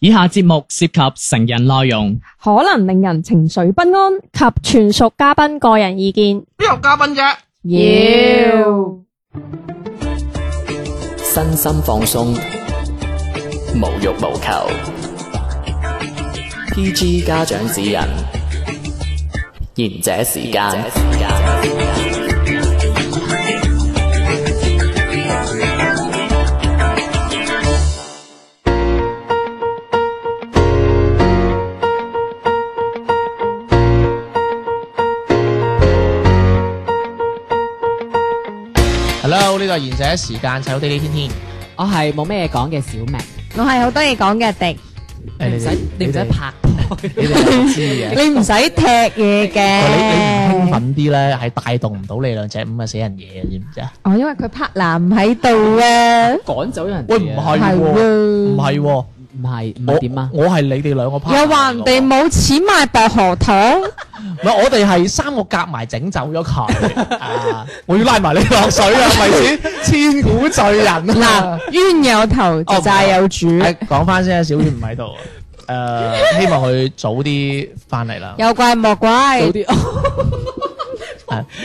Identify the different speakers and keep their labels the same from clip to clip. Speaker 1: 以下節目涉及成人內容，
Speaker 2: 可能令人情緒不安。
Speaker 3: 及全屬嘉賓個人意見。
Speaker 4: 邊有嘉賓啫？
Speaker 5: 身心放鬆，無欲無求。PG 家長指引，賢者時間。
Speaker 4: Hello，呢度系贤者時間，齊好地地天天。
Speaker 6: 我係冇咩嘢講嘅小明，
Speaker 7: 我係好多嘢講嘅迪，
Speaker 6: 你唔使你唔使拍拖，
Speaker 4: 你哋都 知嘅。
Speaker 7: 你唔使踢嘢
Speaker 4: 哦你你唔興
Speaker 7: 嘅。
Speaker 4: 奮啲咧，係帶動唔到你兩隻咁嘅死人嘢嘅，知唔知啊？
Speaker 7: 哦，因為佢 partner 唔喺度啊。
Speaker 6: 趕走人哋
Speaker 4: 喂，
Speaker 6: 啊。
Speaker 4: 唔係
Speaker 7: 係
Speaker 4: 喎，
Speaker 7: 喎
Speaker 4: 唔係喎，
Speaker 6: 唔係唔
Speaker 4: 我
Speaker 6: 係點啊？
Speaker 4: 我係你哋兩個 part。
Speaker 7: 又話人哋冇錢買薄荷 糖，
Speaker 4: 唔係，我哋係三個夾埋整走咗 佢啊！我要拉埋你落水啊，係咪 先？千古罪人啊！
Speaker 7: 冤有頭就債有主。
Speaker 4: 誒講翻先啊，小月唔喺度啊。誒、希望佢早啲翻嚟啦。
Speaker 7: 有怪莫怪
Speaker 6: 早，啲
Speaker 4: 係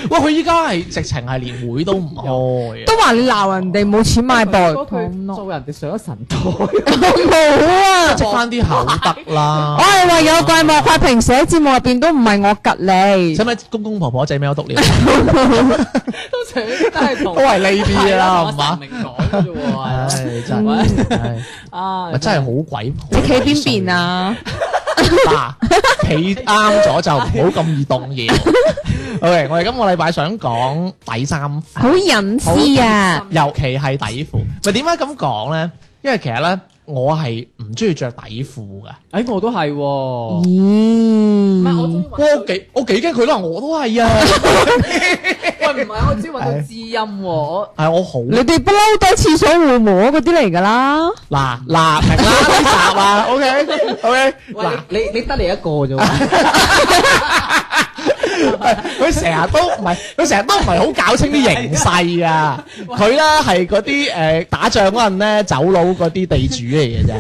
Speaker 4: 喂，佢依家係直情係連會都唔開啊！
Speaker 7: 都話你鬧人哋冇錢買薄荷
Speaker 6: 幫
Speaker 7: 糖
Speaker 6: 佢
Speaker 7: 咯。
Speaker 6: 做人哋上咗神台。
Speaker 7: 我冇啊，
Speaker 4: 積翻啲口德啦
Speaker 7: 我。係話有怪莫怪，平時喺節目入邊都唔係我吉你
Speaker 4: 使。唔使公公婆婆仔咩都篤尿？
Speaker 6: 通常呢啲都係 同
Speaker 4: 都係呢啲啦，係
Speaker 5: 啊
Speaker 4: 嘛？
Speaker 6: 明講嘅啫
Speaker 4: 唉，
Speaker 6: 喎。
Speaker 4: 真係唉
Speaker 6: 啊
Speaker 4: 咪真係好鬼好。
Speaker 7: 你企邊邊？啊？
Speaker 4: 嗱，企啱咗就唔好咁易動 搖。OK，我哋今個禮拜想講底衫褲。
Speaker 7: 好隱私啊！
Speaker 4: 尤其係底褲。咪點解咁講咧？因為其實咧，我係唔中意着底褲嘅。
Speaker 6: 誒我都係喎。
Speaker 7: 咦？
Speaker 4: 我幾我幾驚佢啦，我都係啊，
Speaker 6: 喂，唔係，我只揾到知音喎。我
Speaker 4: 係我好
Speaker 7: 你哋不嬲都係廁所互摸嗰啲嚟㗎啦。
Speaker 4: 嗱嗱明啦呢集啊，OK OK
Speaker 6: 喂
Speaker 4: 嗱，，
Speaker 6: 你你得你一個啫喎。
Speaker 4: 佢成日都唔係，佢成日都唔係好搞清啲形勢 啊。佢咧係嗰啲誒打仗嗰陣咧走佬嗰啲地主嚟嘅啫。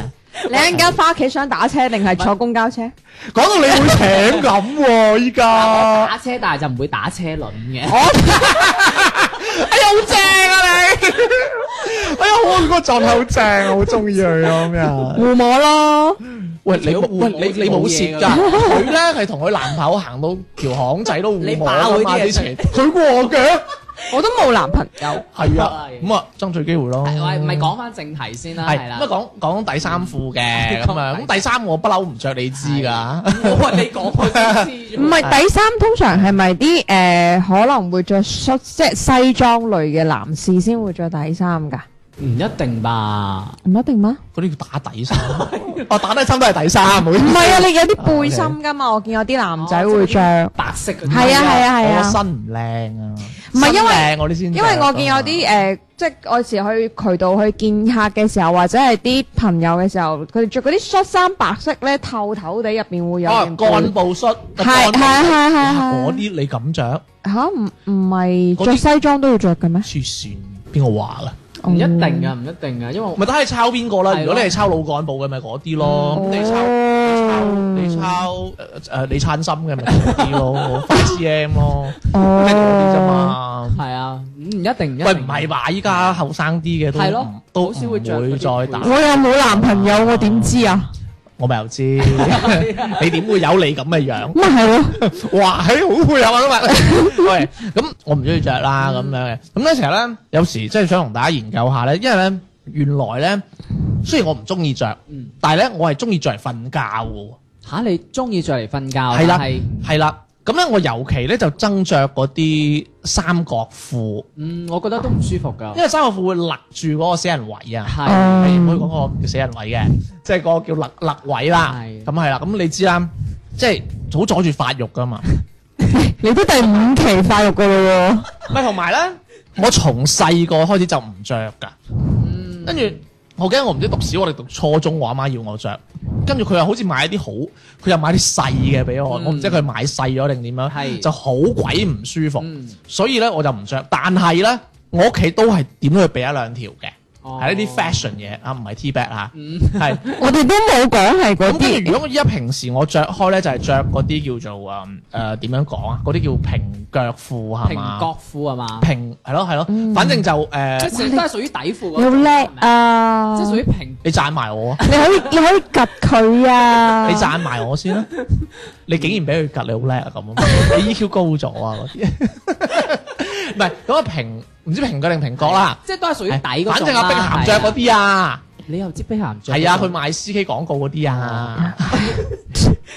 Speaker 7: 你一陣間翻屋企想打車定係坐公交車？
Speaker 4: 講到你會請咁喎，依家。
Speaker 6: 打車，但係就唔會打車輪嘅。
Speaker 4: 哎呀，好正啊你！ 哎呀，我個陣好正，好中意佢啊咁樣。
Speaker 7: 互摸咯，
Speaker 4: 喂，你冇喂
Speaker 6: 冇
Speaker 4: 你你冇蝕㗎，佢咧係同佢男朋友行到條巷仔都互摸㗎嘛之前，佢過嘅。
Speaker 7: 我都冇男朋友。
Speaker 4: 係啊，咁啊爭取機會咯。
Speaker 6: 喂，唔係講翻正題先啦，
Speaker 4: 係
Speaker 6: 係啦
Speaker 4: 咁啊。講講底衫褲嘅咁啊，咁第三我不嬲唔着，你知㗎。
Speaker 6: 我話你講我先知啫
Speaker 7: 唔
Speaker 6: 喎。
Speaker 7: 係底衫，通常係咪啲誒可能會着恤即係西裝類嘅男士先會着底衫㗎？
Speaker 6: 唔一定吧？
Speaker 7: 唔一定嗎？
Speaker 4: 嗰啲叫打底衫，哦打底衫都係底衫，唔好意思
Speaker 7: 唔係啊，你有啲背心㗎嘛？我見有啲男仔會着。係
Speaker 6: 白色嗰啲
Speaker 7: 啊係啊係
Speaker 4: 我
Speaker 7: 啊！
Speaker 4: 身唔靚啊，
Speaker 7: 唔係因為
Speaker 4: 身靚我啲先着哦
Speaker 7: 因
Speaker 4: 㗎嘛，
Speaker 7: 為我見有啲誒，即係我有時去渠道去見客嘅時候，或者係啲朋友嘅時候，佢哋着嗰啲恤衫白色咧，透透地入邊會有
Speaker 4: 哦，
Speaker 7: 件
Speaker 4: 幹部恤，
Speaker 7: 係
Speaker 4: 幹部恤
Speaker 7: 係係係
Speaker 4: 哇
Speaker 7: 係
Speaker 4: 嗰啲你咁着
Speaker 7: 吓唔唔係
Speaker 4: 嗰啲
Speaker 7: 着西裝都要着嘅咩？
Speaker 4: 黐線，邊個話啦？
Speaker 6: 唔一定啊噶，唔一定噶，因為
Speaker 4: 咪睇你抄邊個啦。
Speaker 6: 係咯
Speaker 4: 如果你係抄老幹部嘅，咪嗰啲咯。咁
Speaker 7: 嗯
Speaker 4: 你抄你抄你抄誒誒李燦森嘅咪嗰啲 咯，快 C M 咯，
Speaker 7: 哦
Speaker 4: 即係嗰啲啫嘛。
Speaker 6: 係啊，唔一定唔一定。
Speaker 4: 喂，唔係？吧？依家後生啲嘅都
Speaker 6: 係咯
Speaker 4: 唔都
Speaker 6: 好少會着
Speaker 4: 唔會再
Speaker 6: 嗰
Speaker 4: 打
Speaker 6: 啲。
Speaker 7: 我又冇男朋友，我點知啊？
Speaker 4: 我咪又知，
Speaker 6: 啊
Speaker 4: 你點會有你咁嘅樣？
Speaker 7: 咪係 咯，
Speaker 4: 哇，係好配合啊今日。喂，咁我唔中意着啦
Speaker 6: 嗯
Speaker 4: 咁樣嘅。咁咧成日咧，有時真係想同大家研究下咧，因為咧原來咧，雖然我唔中意着
Speaker 6: 嗯，
Speaker 4: 但係咧我係中意着嚟瞓覺嘅喎。
Speaker 6: 嚇你中意着嚟瞓覺，
Speaker 4: 係啦
Speaker 6: 但啊係
Speaker 4: 係啦，咁咧我尤其咧就憎着嗰啲三角褲，
Speaker 6: 嗯，我覺得都唔舒服㗎。
Speaker 4: 因為三角褲會勒住嗰個死人位啊。
Speaker 6: 係
Speaker 4: 係唔可以講個叫死人位嘅，即係嗰個叫勒勒位啦。
Speaker 6: 係
Speaker 4: 咁係啦，咁你知啦，即係好阻住發育噶嘛。
Speaker 7: 你都第五期發育噶啦
Speaker 4: 咪同埋咧，我從細個開始就唔着噶，
Speaker 6: 嗯
Speaker 4: 跟住我記得我唔知讀小學定讀初中，我阿媽要我着，跟住佢又好似買一啲好，佢又買啲細嘅俾我，
Speaker 6: 嗯
Speaker 4: 我唔知佢買細咗定點樣，
Speaker 6: 係
Speaker 4: 就好鬼唔舒服，
Speaker 6: 嗯
Speaker 4: 所以咧我就唔着。但係咧，我屋企都係點都要俾一兩條嘅，
Speaker 6: 哦
Speaker 4: 係呢啲 fashion 嘢啊，唔係 T back 啊，
Speaker 6: 嗯
Speaker 4: 係。
Speaker 7: 我哋都冇講係嗰
Speaker 4: 咁跟住，
Speaker 7: 啲
Speaker 4: 如果依家平時我着開咧，就係着嗰啲叫做誒誒點樣講啊？嗰啲叫平腳褲係
Speaker 6: 平
Speaker 4: 嘛？
Speaker 6: 角褲係嘛？
Speaker 4: 平係咯係咯，反正就
Speaker 6: 嗯
Speaker 4: 呃
Speaker 6: 即
Speaker 4: 誒，
Speaker 6: 係都係屬於底褲嗰
Speaker 7: 你好
Speaker 6: 種
Speaker 7: 叻
Speaker 6: 係咪
Speaker 7: 啊！
Speaker 6: 即係屬於平
Speaker 4: 你讚埋我啊！
Speaker 7: 你可以你可以及佢啊！
Speaker 4: 你讚埋我先啦！你竟然俾佢夾，你好叻啊咁啊！ 你 EQ 高咗啊嗰啲， 唔係咁啊平唔知平腳定平角啦。
Speaker 6: 即係都係屬於底嗰種啊
Speaker 4: 反正阿
Speaker 6: 啦
Speaker 4: 碧鹹着嗰，
Speaker 6: 係啊
Speaker 4: 啲啊，
Speaker 6: 你又知碧鹹着嗰種？
Speaker 4: 係啊，佢賣 CK 廣告嗰啲啊，
Speaker 6: 哦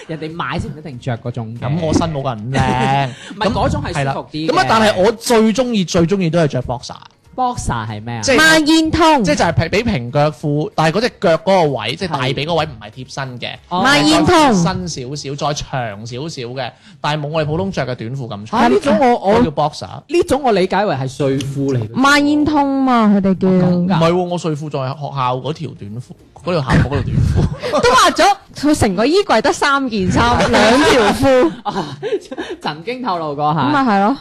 Speaker 6: 人哋買先唔一定着嗰種嘅。
Speaker 4: 咁我身冇個人靚，
Speaker 6: 唔係嗰種係
Speaker 4: 係啦
Speaker 6: 舒服啲嘅啊
Speaker 4: 咁啊，但係我最中意最中意都係着 boxer，
Speaker 6: boxer 係咩啊？
Speaker 4: 即係
Speaker 7: 孖煙通
Speaker 4: 即係就係平俾平腳褲，但係嗰只腳嗰個位，即係大髀嗰位唔係貼身嘅，
Speaker 6: 哦
Speaker 7: 孖煙通
Speaker 4: 再貼身少少，再長少少嘅，但係冇我哋普通着嘅短褲咁
Speaker 6: 啊
Speaker 4: 長。
Speaker 6: 呢種我
Speaker 4: 我
Speaker 6: 我
Speaker 4: 叫 boxer，
Speaker 6: 呢種我理解為係睡褲 嚟嘅。
Speaker 7: 孖煙通嘛，佢哋
Speaker 4: 唔
Speaker 7: 叫
Speaker 4: 係喎，我睡褲仲係學校嗰條短褲，嗰條校服嗰條短褲。
Speaker 7: 都話咗，佢成個衣櫃得三件衫，兩條褲，
Speaker 6: 啊，曾經透露過
Speaker 7: 咁
Speaker 6: 嚇
Speaker 7: 咪。係咯。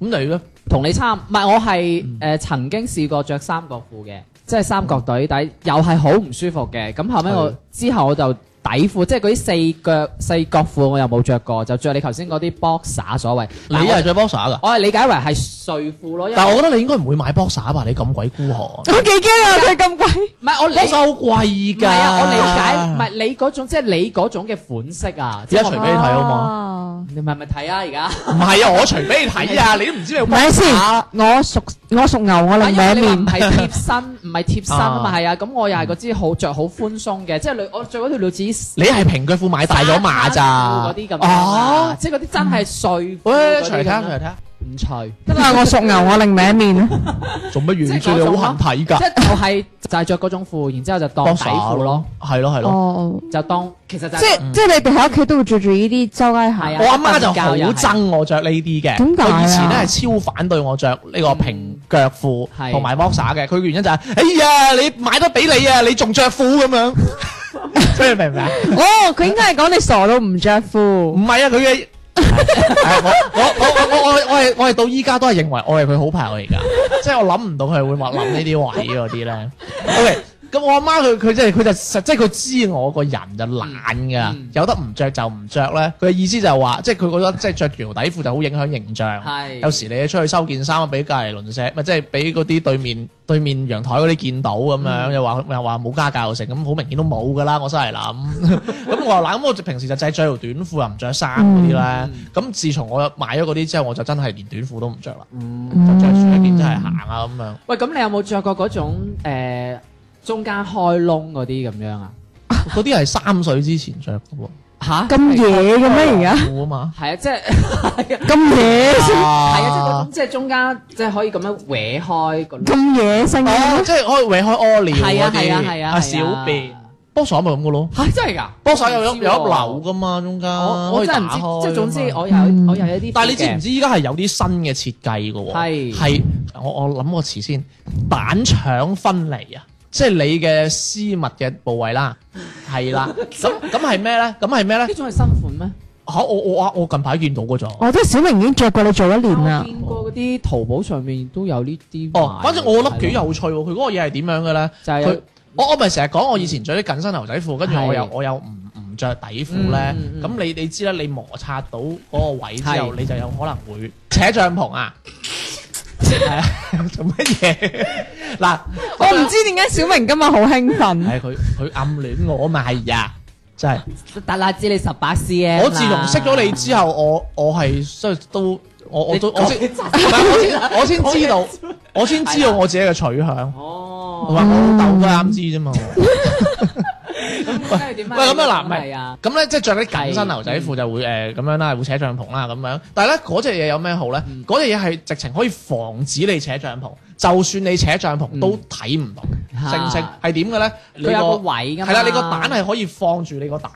Speaker 4: 咁你咧？
Speaker 6: 同你差唔，唔係我係誒、
Speaker 4: 嗯
Speaker 6: 呃曾經試過着三角褲嘅，即係三角隊底，又係好唔舒服嘅。咁後尾我
Speaker 4: 係
Speaker 6: 之後我就底褲，即係嗰啲四腳四角褲我又冇着過，就着你頭先嗰啲 boxer 所謂。
Speaker 4: 你
Speaker 6: 但
Speaker 4: 又
Speaker 6: 我
Speaker 4: 係着 boxer 噶？
Speaker 6: 我係理解為係睡褲咯，因為
Speaker 4: 但係我覺得你應該唔會買 boxer 吧？你咁鬼孤 寒
Speaker 7: 我幾驚啊！佢咁貴，
Speaker 6: 唔係我理
Speaker 4: ，boxer 好貴
Speaker 6: 唔係
Speaker 4: 㗎。
Speaker 6: 啊，我理解唔係你嗰種，即係你嗰種嘅款式啊，即
Speaker 4: 而家
Speaker 6: 係
Speaker 4: 除
Speaker 6: 我
Speaker 4: 俾你睇好
Speaker 3: 哦
Speaker 6: 哦
Speaker 4: 嘛？
Speaker 7: 嘛？
Speaker 6: 你咪咪睇啊而 家。
Speaker 4: 唔係啊，我除俾你睇啊，你都唔知你有
Speaker 7: 唔係先，我屬我屬牛，我
Speaker 6: 啊
Speaker 7: 另
Speaker 6: 因
Speaker 7: 一
Speaker 6: 為你話
Speaker 7: 面
Speaker 6: 唔。係貼身，唔係貼身啊嘛，
Speaker 4: 啊
Speaker 6: 係啊，咁我又係嗰支好着好寬鬆嘅，即係你我着嗰條女子
Speaker 4: 你係平腳褲買大咗碼咋？
Speaker 6: 嗰啲咁樣啊
Speaker 4: 哦，
Speaker 6: 即係嗰啲真係碎。
Speaker 4: 喂，除
Speaker 6: 嗰啲
Speaker 4: 嚟
Speaker 6: 咁
Speaker 4: 睇下，
Speaker 6: 樣
Speaker 4: 除嚟睇下，
Speaker 6: 唔除，
Speaker 7: 因為我屬牛，我另一面。
Speaker 4: 做乜
Speaker 6: 即
Speaker 4: 原
Speaker 6: 係
Speaker 4: 著
Speaker 6: 嗰
Speaker 4: 你
Speaker 6: 種
Speaker 4: 好
Speaker 6: 咯
Speaker 4: 痕 睇
Speaker 6: 即
Speaker 4: 㗎？
Speaker 6: 係就係就係着嗰種褲，然之後就當底褲咯，，
Speaker 4: 係咯係咯。
Speaker 7: 哦，
Speaker 6: 就當其實就
Speaker 7: 即係即係你哋喺屋企都會住住呢啲周街
Speaker 6: 係
Speaker 7: 行
Speaker 6: 啊。
Speaker 4: 我阿媽就好憎我着呢啲嘅，
Speaker 7: 點解啊
Speaker 4: 佢以前咧係超反對我着呢個平腳褲
Speaker 6: 嗯係
Speaker 4: 同埋 boxer 嘅，佢嘅原因就係、哎呀，你買得俾你啊，你仲着褲咁 樣，即係明唔明啊？
Speaker 7: 哦，佢應該係講你傻到唔着褲
Speaker 4: 唔。係啊，佢嘅 係我我我我我我我係我係到依家都係認為我係佢好朋友嚟㗎， 即係我諗唔到佢會話諗呢啲位嗰啲咧。OK，咁我阿媽佢佢即係佢就實即係佢知我個人就懶㗎，
Speaker 6: 嗯
Speaker 4: 有得唔着就唔着咧。佢嘅意思就係話，即係佢覺得即係着條底褲就好影響形象。
Speaker 6: 係
Speaker 4: 有時你出去收件衫啊，俾隔離鄰舍，咪即係俾嗰啲對面對面陽台嗰啲見到咁
Speaker 6: 嗯
Speaker 4: 樣，又話又話冇家教成，咁好明顯都冇噶啦，我真係諗。 咁我話嗱，咁我就平時就淨係着條短褲又唔着衫嗰
Speaker 6: 嗯
Speaker 4: 啲咧。咁自從我買咗嗰啲之後，我就真係連短褲都唔着啦，
Speaker 6: 嗯
Speaker 4: 就着住一件真係行啊咁樣。
Speaker 6: 喂，咁你有冇着過嗰種誒中間開窿嗰啲咁樣啊？
Speaker 4: 嗰啲係三歲之前着嘅喎，
Speaker 6: 吓
Speaker 7: 咁野嘅咩而
Speaker 4: 褲啊嘛。
Speaker 6: 係啊，即係。
Speaker 7: 家？咁野
Speaker 4: 係
Speaker 6: 係啊，即係嗰
Speaker 4: 啊
Speaker 6: 種，即係中間，即係可以咁樣搲開個窿。
Speaker 7: 咁野性
Speaker 4: 哦，即係可以搲開屙尿
Speaker 6: 係啊係啊
Speaker 4: 嗰啲，
Speaker 6: 係啊係
Speaker 4: 啊
Speaker 6: 啊
Speaker 4: 小便，波手咪咁嘅咯。
Speaker 6: 嚇真係㗎！
Speaker 4: 波手有有有一樓
Speaker 6: 㗎。
Speaker 4: 噶嘛，嗯中間
Speaker 6: 哦我
Speaker 4: 啊可
Speaker 6: 我
Speaker 4: 以
Speaker 6: 真係唔
Speaker 4: 打開
Speaker 6: 知，即係總之
Speaker 4: 㗎嘛
Speaker 6: 我有我有一啲。
Speaker 4: 但係你知唔知依家係有啲新嘅設計嘅喎？
Speaker 6: 係
Speaker 4: 係我我諗個詞先，蛋腸分離啊！即係你嘅私密嘅部位啦，係啦。咁咁係咩咧？咁係咩咧
Speaker 6: 呢？種係新款咩？
Speaker 4: 嚇我我我我近排見到嗰種。
Speaker 7: 我覺得小明已經着過你做一年
Speaker 4: 啊
Speaker 6: 我
Speaker 7: 啦。
Speaker 6: 見過嗰啲淘寶上面都有呢啲賣。
Speaker 4: 哦，反正我覺得幾有趣喎。佢嗰個嘢係點樣嘅咧？
Speaker 6: 就係
Speaker 4: 佢嗯我我咪成日講我以前着啲緊身牛仔褲，跟住我又
Speaker 6: 係
Speaker 4: 我又唔唔著底褲咧
Speaker 6: 嗯嗯。嗯
Speaker 4: 咁你你知啦，你摩擦到嗰個位之後，
Speaker 6: 係
Speaker 4: 你就有可能會扯帳篷啊！係啊， 做乜嘢？嗱，
Speaker 7: 我唔知點解小明今日好興奮。
Speaker 4: 係佢佢暗戀我嘛係呀，真係。
Speaker 6: 達拉知你十八啊 cm 啦。
Speaker 4: 我自從識咗你之後，我我係即係都我我都
Speaker 6: 你
Speaker 4: 我先唔係我先我先知道，我先知道我自己嘅取向。
Speaker 6: 哦，
Speaker 4: 同埋我老豆都係啱知啫嘛。
Speaker 6: 咁點啊？
Speaker 4: 喂咁啊嗱唔係
Speaker 6: 係啊，
Speaker 4: 咁咧即係着啲緊身牛仔褲就會誒咁樣啦，會扯帳篷啦咁樣。但係咧嗰只嘢有咩好咧？
Speaker 6: 嗯
Speaker 4: 嗰只嘢係直情可以防止你扯帳篷，就算你扯帳篷都睇唔到。
Speaker 6: 嗯嚇
Speaker 4: 正正係點嘅咧？
Speaker 6: 佢有個位㗎嘛哦
Speaker 4: 係啦，你個蛋係可以放住你個蛋，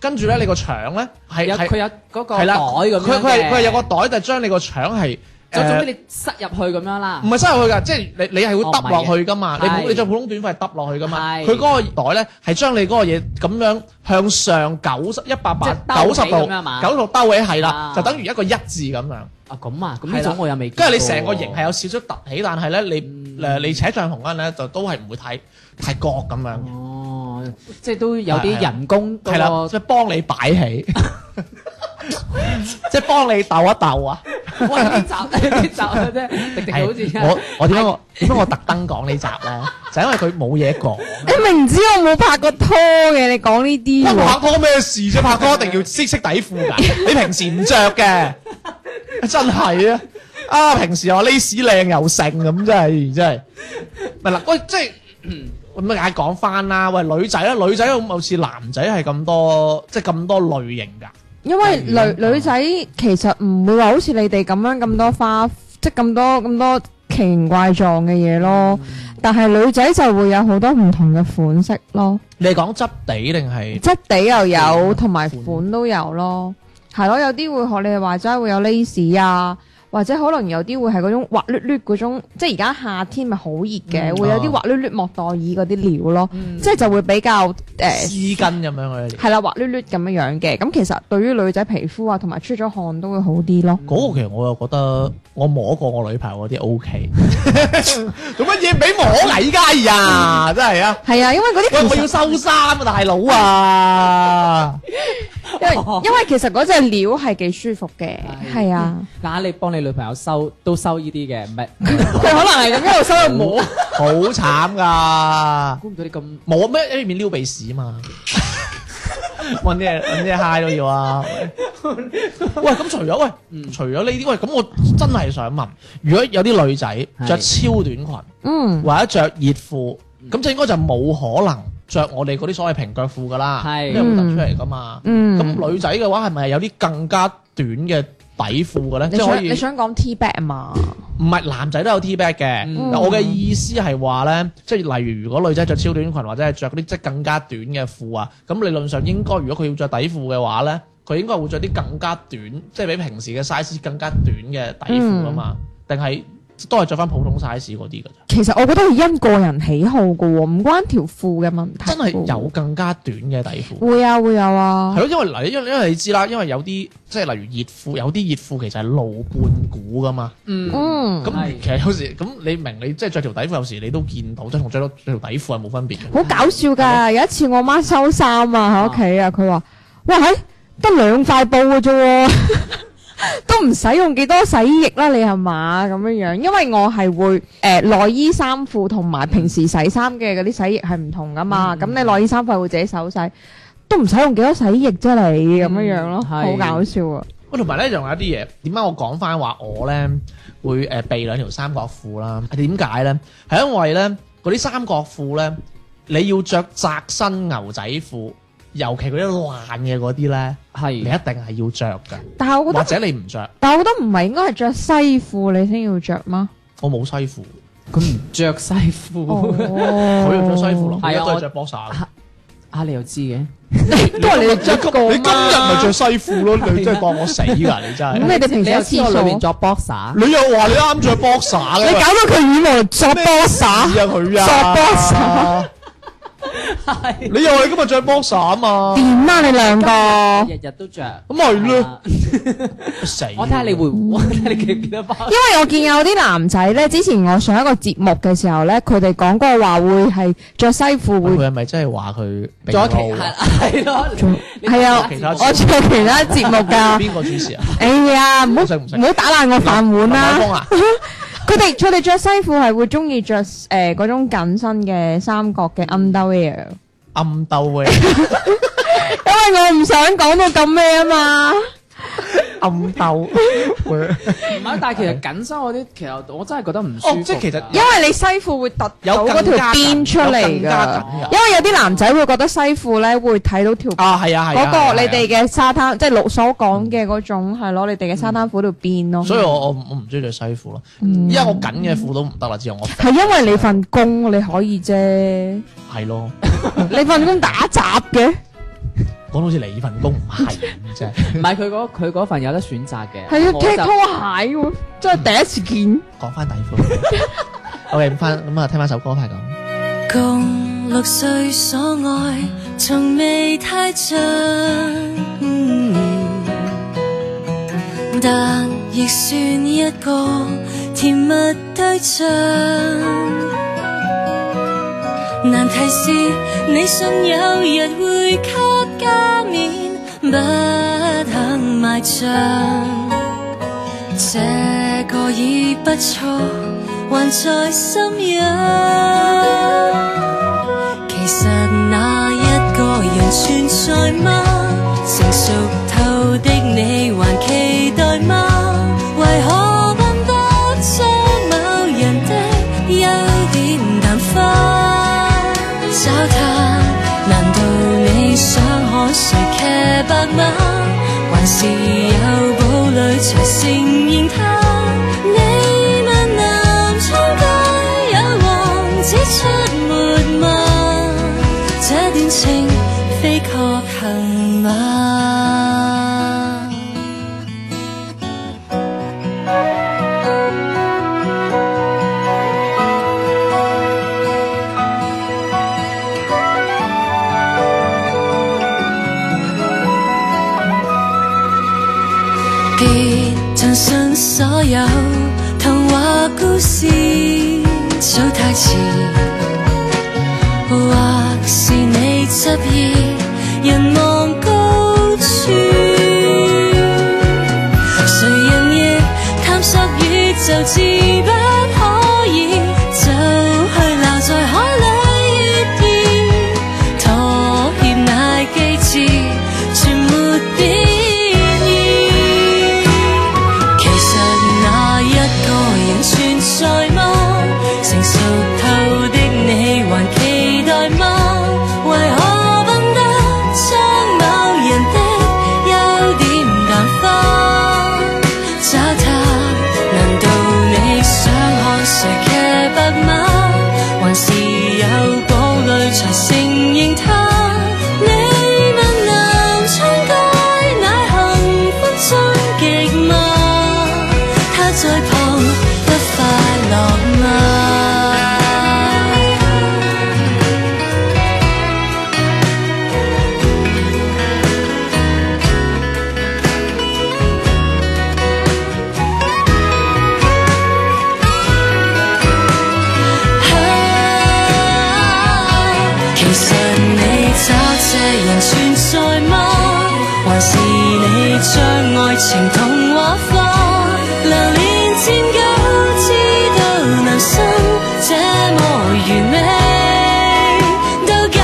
Speaker 4: 跟住咧你個腸咧係
Speaker 6: 有
Speaker 4: 係
Speaker 6: 佢有嗰個
Speaker 4: 係
Speaker 6: 袋
Speaker 4: 啦，
Speaker 6: 咁樣
Speaker 4: 佢佢係佢係有個
Speaker 6: 嘅，
Speaker 4: 袋，就將你個腸係
Speaker 6: 就總
Speaker 4: 誒
Speaker 6: 之你塞入去咁樣啦
Speaker 4: 唔。係塞入去㗎，即係你你係會揼落去㗎嘛
Speaker 6: 哦？唔
Speaker 4: 你
Speaker 6: 係嘅
Speaker 4: 普
Speaker 6: 係
Speaker 4: 你着普通短褲係揼落去㗎嘛？
Speaker 6: 係
Speaker 4: 佢嗰個袋咧係將你嗰個嘢咁樣向上九十一百八
Speaker 6: 即係
Speaker 4: 九
Speaker 6: 兜
Speaker 4: 十
Speaker 6: 起
Speaker 4: 度
Speaker 6: 咁樣嘛
Speaker 4: 九十度兜起係啦
Speaker 6: 啊，
Speaker 4: 就等於一個一字咁樣。
Speaker 6: 啊咁啊，咁
Speaker 4: 係
Speaker 6: 呢
Speaker 4: 啦
Speaker 6: 種我又未見過。
Speaker 4: 跟住你成個型係有少少凸起，但係咧你誒你扯帳篷嗰陣咧，就都係唔會太太角咁樣嘅，
Speaker 6: 哦，即係都有啲人工
Speaker 4: 係啦，
Speaker 6: 嗰
Speaker 4: 即係幫你擺起，即係幫你鬥一鬥啊！
Speaker 6: 個。 喂，呢集呢集啊啫，迪迪好似
Speaker 4: 係我我點解我點解我特登講呢集咧？就因為佢冇嘢講。
Speaker 7: 你明知我冇拍過拖嘅，你講呢啲
Speaker 4: 關
Speaker 7: 喎
Speaker 4: 拍拖咩事啫？拍拖一定要識識底褲㗎， 你平時唔着嘅，真係啊！啊，平時我呢屎靚又剩咁，真係真係。咪嗱，喂，即係嗯咁啊梗係講翻啦。喂，女仔咧，女仔有冇似男仔係咁多，即係咁多類型㗎？
Speaker 7: 因為女女仔其實唔會話好似你哋咁樣咁多花，即係咁多咁多奇形怪狀嘅嘢咯。但係女仔就會有好多唔同嘅款式咯，
Speaker 4: 你係講質地定係
Speaker 7: 質地又有，
Speaker 4: 嗯
Speaker 7: 同埋款都有咯。係咯，有啲會學你哋話齋會有 lace 啊，或者可能有啲會係嗰種滑捋捋嗰種，即係而家夏天咪好熱嘅，
Speaker 4: 嗯
Speaker 7: 會有啲
Speaker 4: 哦
Speaker 7: 滑捋捋莫代爾嗰啲料咯，即係就會比較誒。
Speaker 4: 絲巾咁樣嗰啲？
Speaker 7: 係啦，滑捋捋咁樣樣嘅，咁其實對於女仔皮膚啊，同埋出咗汗都會好啲咯。
Speaker 4: 嗰個其實我又覺得我摸過我女朋友嗰啲 O K，做乜嘢俾摸矮街哎呀？真係啊！
Speaker 7: 係啊，因為嗰
Speaker 4: 喂，我
Speaker 7: 啲
Speaker 4: 要收衫啊，大佬 啊！
Speaker 7: 因為因為其實嗰只料係幾舒服 嘅，係啊，
Speaker 6: 嗱，你幫你女朋友收都收呢啲嘅，唔係
Speaker 7: 佢可 能係咁一路收到摸，
Speaker 4: 好慘噶，
Speaker 6: 估唔到你咁
Speaker 4: 冇啊咩喺裏面撩鼻屎啊嘛， 揾啲嘢揾啲嘢 high 都要啊！嗯喂，咁除咗喂，除咗呢啲喂，咁我真係想問，如果有啲女仔
Speaker 6: 係
Speaker 4: 着超短裙
Speaker 7: 嗯，
Speaker 4: 或者着熱褲，咁就應該就冇可能着我哋嗰啲所謂平腳褲噶啦，
Speaker 6: 係
Speaker 4: 因為會突出嚟噶嘛。
Speaker 7: 嗯
Speaker 4: 咁女仔嘅話係咪有啲更加短嘅底褲嘅咧？
Speaker 7: 你
Speaker 4: 即係可
Speaker 7: 想
Speaker 4: 以
Speaker 7: 你想講 T back 啊嘛？
Speaker 4: 唔係男仔都有 T back 嘅，
Speaker 6: 嗯
Speaker 4: 但我嘅意思係話咧，即係例如如果女仔着超短裙或者係着嗰啲即係更加短嘅褲啊，咁理論上應該如果佢要着底褲嘅話咧，佢應該會着啲更加短，即係比平時嘅 size 更加短嘅底褲啊嘛，
Speaker 6: 嗯
Speaker 4: 定係都係着翻普通 size 嗰啲㗎咋？
Speaker 7: 其實我覺得係因個人喜好噶喎，唔關條褲嘅問題。
Speaker 4: 真
Speaker 6: 哦
Speaker 4: 係有更加短嘅底褲。
Speaker 7: 會啊會有啊
Speaker 4: 係，咯，因為嗱，因為因為你知啦，因為有啲即係例如熱褲，有啲熱褲其實係露半股噶嘛。
Speaker 7: 嗯，
Speaker 4: 咁
Speaker 6: 係
Speaker 4: 其實有時咁你明你即係着條底褲，有時你都見到，即係同着條底褲係冇分別嘅。
Speaker 7: 好搞笑㗎！有一次我媽收衫啊喺屋企啊，佢話：哇，係得兩塊布嘅啫喎， 都唔使用幾多洗衣液啦，你係嘛咁樣樣？因為我係會誒、呃、內衣衫褲同埋平時洗衫嘅嗰啲洗衣液係唔同㗎
Speaker 6: 嗯
Speaker 7: 嘛，咁、你內衣衫褲係會自己手洗。都唔使用幾多洗衣液啫，你咁樣樣咯，
Speaker 6: 嗯
Speaker 7: 好
Speaker 6: 係
Speaker 7: 搞笑啊！
Speaker 4: 喂，同埋咧，仲有一啲嘢，點解我講翻話我咧會誒備兩條三角褲啦？點解咧？係因為咧嗰啲三角褲咧，你要着窄身牛仔褲，尤其嗰啲爛嘅嗰啲咧，你一定
Speaker 6: 係
Speaker 4: 係要着嘅，
Speaker 7: 但係我
Speaker 4: 或
Speaker 7: 覺得，
Speaker 4: 者你唔着，
Speaker 7: 但係我覺得唔係應該係着西褲你先要着嗎？
Speaker 4: 我冇西褲，
Speaker 6: 佢唔着西褲，
Speaker 7: 哦
Speaker 4: 佢要着西褲咯，我
Speaker 6: 係啊
Speaker 4: 一都係
Speaker 6: 我
Speaker 4: 着 boxer 嘅。
Speaker 6: 啊你又知嘅，
Speaker 7: 都係你哋着過
Speaker 4: 你今日咪着西褲咯？你真係當我死㗎！你真係，
Speaker 7: 咁你哋平時
Speaker 6: 你又
Speaker 7: 喺
Speaker 6: 知我
Speaker 7: 廁
Speaker 6: 裏
Speaker 7: 所
Speaker 6: 面。作 boxer，
Speaker 4: 你又話你啱着啊 boxer
Speaker 7: 你
Speaker 4: 嘅
Speaker 7: 搞，到佢羽毛作
Speaker 4: 咩
Speaker 7: 波
Speaker 4: 事啊
Speaker 7: 耍，
Speaker 4: 佢啊！ 你又話你今日着 boxer 啊嘛？
Speaker 7: 點啊你兩個？
Speaker 6: 日日都着。
Speaker 4: 咁係咯，
Speaker 6: 啊
Speaker 4: 死！
Speaker 6: 我睇下你會，
Speaker 7: 嗯
Speaker 6: 我睇下你記唔記得包。
Speaker 7: 因為我見有啲男仔咧，之前我上一個節目嘅時候咧，佢哋講過話會係着西褲
Speaker 4: 喂
Speaker 7: 會
Speaker 4: 佢係咪真係話佢
Speaker 6: 仲有其
Speaker 4: 並路啊
Speaker 6: 係咯，你
Speaker 7: 係啊
Speaker 6: 你
Speaker 4: 其他
Speaker 7: 我做其他節目 㗎。
Speaker 4: 邊個主持啊？
Speaker 7: 哎呀，唔好
Speaker 4: 唔識唔識
Speaker 7: 唔好打爛我飯碗
Speaker 4: 林海
Speaker 7: 啦！
Speaker 4: 峰啊？
Speaker 7: 佢哋佢哋着西褲係會中意着誒嗰種緊身嘅三角嘅 underwear，
Speaker 4: 暗鬥嘅，
Speaker 7: 因為我唔想講到咁咩啊嘛。
Speaker 4: 暗 鬥。
Speaker 6: 唔係，但係其實緊身嗰啲，其實我真係覺得唔舒服㗎。
Speaker 4: 哦，即係其實
Speaker 7: 因為你西褲會突到
Speaker 4: 有
Speaker 7: 嗰條
Speaker 4: 更加
Speaker 7: 邊出
Speaker 4: 有
Speaker 7: 嚟
Speaker 4: 更加緊
Speaker 7: 㗎，
Speaker 4: 㗎
Speaker 7: 因為有啲男仔會覺得西褲咧會睇到條
Speaker 4: 啊，係啊，係啊。
Speaker 7: 嗰個
Speaker 4: 係
Speaker 7: 你
Speaker 4: 啊
Speaker 7: 哋嘅沙灘，即係陸所講嘅嗰種係咯，你哋嘅沙灘褲度變咯。
Speaker 4: 所以我我我唔中意着西褲咯，因為我緊嘅褲都唔得啦，之後我
Speaker 7: 係因為你份工你可以啫，
Speaker 4: 係咯，
Speaker 7: 你份工打雜嘅，
Speaker 4: 講到好似你份工唔係咁啫。
Speaker 6: 唔係佢嗰佢嗰份有得選擇嘅。
Speaker 7: 係啊
Speaker 6: 我就
Speaker 7: 踢拖鞋喎，真係第一次見。
Speaker 4: 講翻第二款。OK，咁翻咁啊，聽翻首歌翻嚟講。
Speaker 8: 共六歲所愛，從未太像，但亦算一個天甜蜜對象。難題是你信有日會給加冕，不肯埋帳。這個已不錯，還在心癢。其實那一個人存在嗎？成熟透的你還期待嗎？為何揾不出某人的優點淡化？找他，難道你想看誰騎白馬？還是有堡壘才承認他？你問南昌街有王子出沒嗎？這段情非確行嗎？別盡信所有童話故事，早太遲。或是你執意人望高處，誰人亦探索宇宙自不可以，就去留在海裏跌。妥協乃機智，全沒必要。其實那一個人存在嗎？成熟透的你還期待嗎？為何笨得將某人的優點淡化？找他，難道你想看誰騎白馬？還是有堡壘才承認他？你問南昌街乃幸福終極嗎？他在旁不快樂嗎？其實你找這人存在嗎？還是你將愛情童話化？留戀漸久，知道男生這麼完美，都假。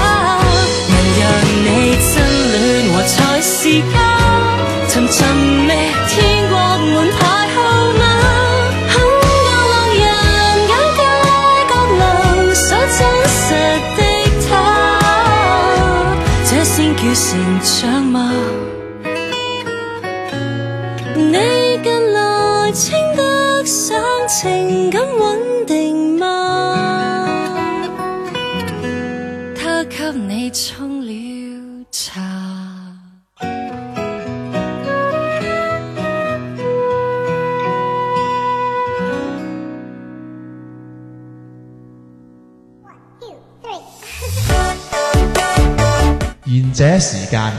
Speaker 8: 能讓你真戀和才是家，尋尋覓天國門牌號碼，很多浪人眼界角落所真實的他，這先叫成長嗎？你近來稱得上情感穩定嗎？他給你沖了茶。
Speaker 4: 贤者時間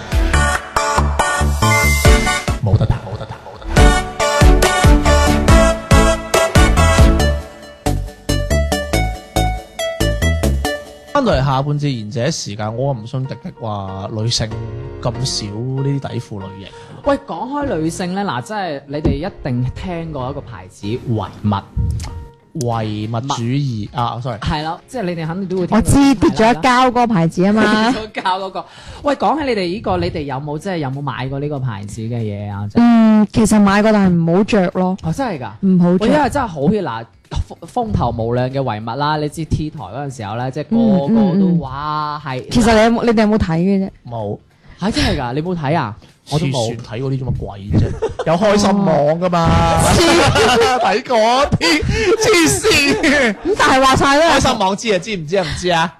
Speaker 4: 冇得彈，冇得彈，冇得彈。翻到嚟下半節賢者時間，我唔信迪迪話女性咁少呢啲底褲類型。
Speaker 6: 喂，講開女性咧，嗱，即係你哋一定聽過一個牌子
Speaker 7: 嗯
Speaker 6: 唯物，
Speaker 4: 唯物主義啊，sorry，
Speaker 6: 係啦，即係你哋肯定都會聽過。
Speaker 7: 我知跌咗一跤嗰個牌子 啊嘛。
Speaker 6: 跌咗膠嗰個。喂，講起你哋呢個，你哋有冇即係有冇買過呢個牌子嘅嘢啊？真係
Speaker 7: 嗯，其實買過，但係唔好着咯，
Speaker 6: 哦，真係㗎。
Speaker 7: 唔好
Speaker 6: 我因
Speaker 7: 着。
Speaker 6: 為真係好 hit 嗱，風風頭無兩嘅唯物啦，你知 T 台嗰陣時候咧，即係個
Speaker 7: 嗯
Speaker 6: 個
Speaker 7: 嗯
Speaker 6: 都
Speaker 7: 嗯
Speaker 6: 哇係，
Speaker 7: 其實你有冇你哋有冇睇嘅啫？
Speaker 4: 冇。
Speaker 6: 嚇真係㗎，你冇睇啊？我都
Speaker 4: 黐
Speaker 6: 冇
Speaker 4: 線。睇過呢種乜鬼啫？有開心網噶嘛？ 睇嗰啲黐線。
Speaker 7: 咁但係話晒
Speaker 4: 開
Speaker 7: 啦，
Speaker 4: 心網知啊，知唔知啊？唔知啊？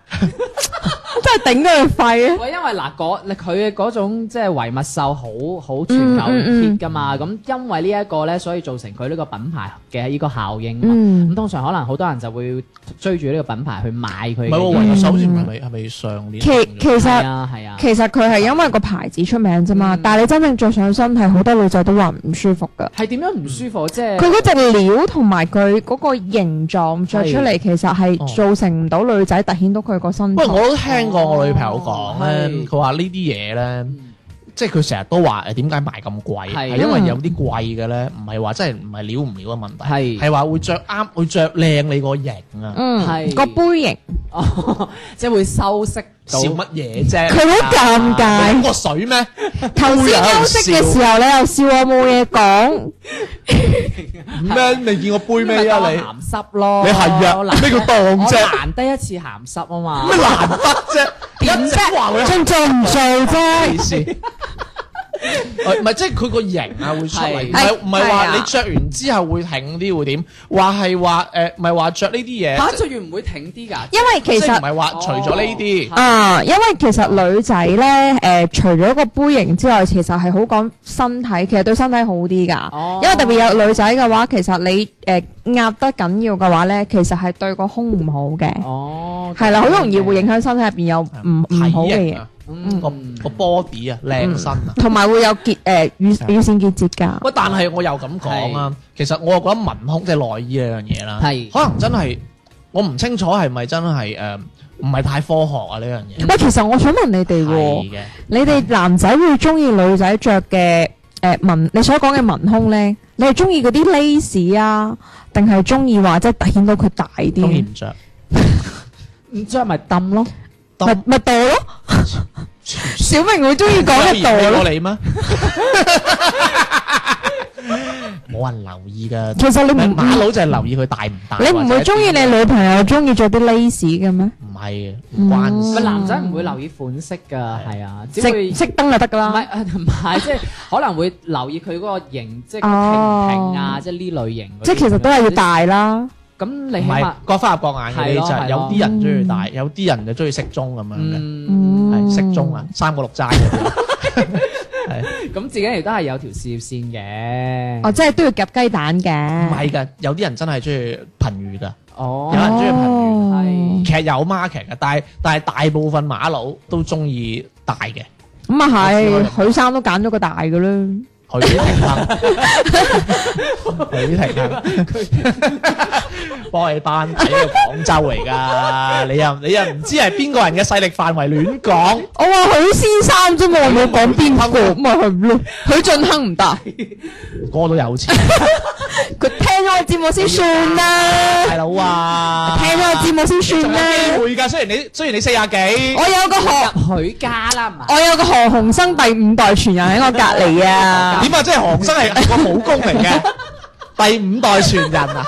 Speaker 7: 真係頂佢肺啊！
Speaker 6: 喂，因為嗱，嗰你佢嘅嗰種即係唯物秀好好全球
Speaker 7: 嗯嗯
Speaker 6: hit 噶嘛，咁、因為呢一個咧，所以造成佢呢個品牌嘅呢個效應啊嘛。咁、
Speaker 7: 嗯，
Speaker 6: 通常可能好多人就會追住呢個品牌去買佢嘅嘢。啊
Speaker 4: 唔係喎，維手好似唔係咪係咪上年
Speaker 7: 其其
Speaker 4: 定咗？
Speaker 6: 係
Speaker 7: 實
Speaker 6: 啊係啊，
Speaker 7: 其實佢係因為個牌子出名啫嘛，
Speaker 6: 嗯
Speaker 7: 但係你真正着上身係好多女仔都話唔舒服噶。
Speaker 6: 係點樣唔舒服？即係
Speaker 7: 佢嗰隻料同埋佢嗰個形狀着出嚟，其實係
Speaker 4: 哦
Speaker 7: 造成唔到女仔突顯到佢個身
Speaker 4: 喂，
Speaker 7: 材。
Speaker 4: 我都聽過我女朋友講咧，
Speaker 6: 係
Speaker 4: 佢話呢啲嘢咧，即係佢成日都話誒點解賣咁
Speaker 6: 係
Speaker 4: 貴？係因為有啲貴嘅咧，唔係話真係唔係料唔料嘅問
Speaker 6: 係
Speaker 4: 題，係話會着啱，會着靚你個型啊，
Speaker 7: 嗯
Speaker 6: 係
Speaker 7: 個杯型，
Speaker 6: 哦， 即係會修飾
Speaker 4: 笑
Speaker 6: 到。
Speaker 4: 乜嘢啫？
Speaker 7: 佢好尷尬。
Speaker 4: 飲過水 咩？
Speaker 7: 頭先休息嘅時候咧，又笑我冇嘢講，
Speaker 4: 咩？你見過杯咩啊？你
Speaker 6: 鹹濕咯，
Speaker 4: 你係啊？
Speaker 6: 我難
Speaker 4: 咩叫當
Speaker 6: 我
Speaker 4: 啫？
Speaker 6: 難得一次鹹濕啊嘛。
Speaker 4: 咩難得啫？一直話佢
Speaker 7: 仲做唔做啫？
Speaker 4: 事。 唔係，即係佢個型啊會出嚟，
Speaker 6: 係
Speaker 4: 唔係唔係
Speaker 7: 係
Speaker 4: 話
Speaker 7: 啊
Speaker 4: 你着完之後會挺啲會點，話係話誒，唔係話着呢啲嘢
Speaker 6: 嚇，，着完唔會挺啲㗎？
Speaker 7: 因為
Speaker 4: 即
Speaker 7: 其
Speaker 4: 係
Speaker 7: 實
Speaker 4: 唔係話除咗呢啲
Speaker 6: 哦
Speaker 7: 啊，因為其實女仔咧，誒、除咗個杯型之外，其實係好講身體，其實對身體好啲㗎。
Speaker 6: 哦
Speaker 7: 因為特別有女仔嘅話，其實你誒、壓得緊要嘅話咧，其實係對個胸唔好嘅，
Speaker 6: 哦，
Speaker 7: 係啦、好容易會影響身體入邊有唔唔好嘅
Speaker 4: 啊體型
Speaker 7: 嘢，
Speaker 4: 啊，
Speaker 6: 嗯
Speaker 4: 個個 body 啊，靚身啊。
Speaker 7: 同埋會有結誒、呃乳乳腺結節㗎。
Speaker 4: 喂，但係我又咁講啊，其實我又覺得文胸即係內衣呢樣嘢啦，
Speaker 6: 係
Speaker 4: 可能真係我唔清楚係咪真係誒唔係太科學啊呢樣嘢。
Speaker 7: 喂，其實我想問你哋喎。
Speaker 4: 係嘅，
Speaker 7: 你哋男仔會中意女仔着嘅誒文，你所講嘅文胸咧，你係中意嗰啲 lace 啊，定係中意話即係突顯到佢大
Speaker 4: 中意
Speaker 7: 啲？
Speaker 4: 唔着，
Speaker 6: 唔着咪抌咯，
Speaker 7: 咪咪墮 咯！小明會中意講啊嘅墮咯。
Speaker 4: 我你咩？ 冇人留意噶，
Speaker 7: 其實你唔
Speaker 4: 馬佬啊就係留意佢大唔大。
Speaker 7: 你唔會中意你女朋友中意着啲 lace 嘅咩？
Speaker 4: 唔係嘅，唔關
Speaker 6: 咪
Speaker 4: 事。
Speaker 6: 男仔唔會留意款式㗎，係啊，只會
Speaker 7: 熄
Speaker 6: 唔
Speaker 7: 熄燈就得㗎啦。
Speaker 6: 係唔係即係可能會留意佢嗰個型，即係
Speaker 7: 哦
Speaker 6: 平唔平啊，即係呢類型嗰啲。
Speaker 7: 即係其實都係要大啦。
Speaker 6: 咁你
Speaker 4: 唔
Speaker 6: 起
Speaker 4: 係
Speaker 6: 碼
Speaker 4: 各花入各眼嘅呢啲就
Speaker 6: 係咯
Speaker 4: 係
Speaker 6: 係咯
Speaker 4: 有啲人中意大，
Speaker 7: 嗯
Speaker 4: 有啲人就中意適中咁樣嘅，
Speaker 6: 嗯，
Speaker 4: 係適中啊，三個六齋嗰啲。
Speaker 6: 咁自己亦都係有條事業線嘅。
Speaker 7: 哦，即係都要夾雞蛋
Speaker 4: 唔
Speaker 7: 嘅。
Speaker 4: 係㗎，有啲人真係中意貧乳㗎，有
Speaker 6: 哦，
Speaker 4: 人中意貧乳。
Speaker 7: 嗯
Speaker 6: 係
Speaker 4: 其實有 market 嘅，但係但係大部分馬佬都中意大嘅，
Speaker 7: 咁
Speaker 4: 我
Speaker 7: 啊
Speaker 4: 知
Speaker 7: 係，
Speaker 4: 我
Speaker 7: 許生都揀咗個大嘅啦。
Speaker 4: 許廷鏗，許廷鏗， 幫你班仔嘅廣州嚟㗎，你又你又唔知係邊個人嘅勢力範圍亂講，
Speaker 7: 我話許先生啫嘛，我冇講邊個，咪係咯。許俊亨唔得，
Speaker 4: 個都有錢，
Speaker 7: 佢聽咗我節目先算啦，
Speaker 4: 大佬啊，
Speaker 7: 聽咗我節目先
Speaker 4: 仲有
Speaker 7: 算
Speaker 4: 機
Speaker 7: 啦。哦
Speaker 4: 會㗎，雖然你雖然你四廿幾，
Speaker 7: 我有個何，
Speaker 6: 入許家啦，唔係
Speaker 7: 我有個何鴻燊第五代傳人喺我隔 離啊。
Speaker 4: 點啊？即係韓生係 個武功嚟嘅，第五代傳人啊，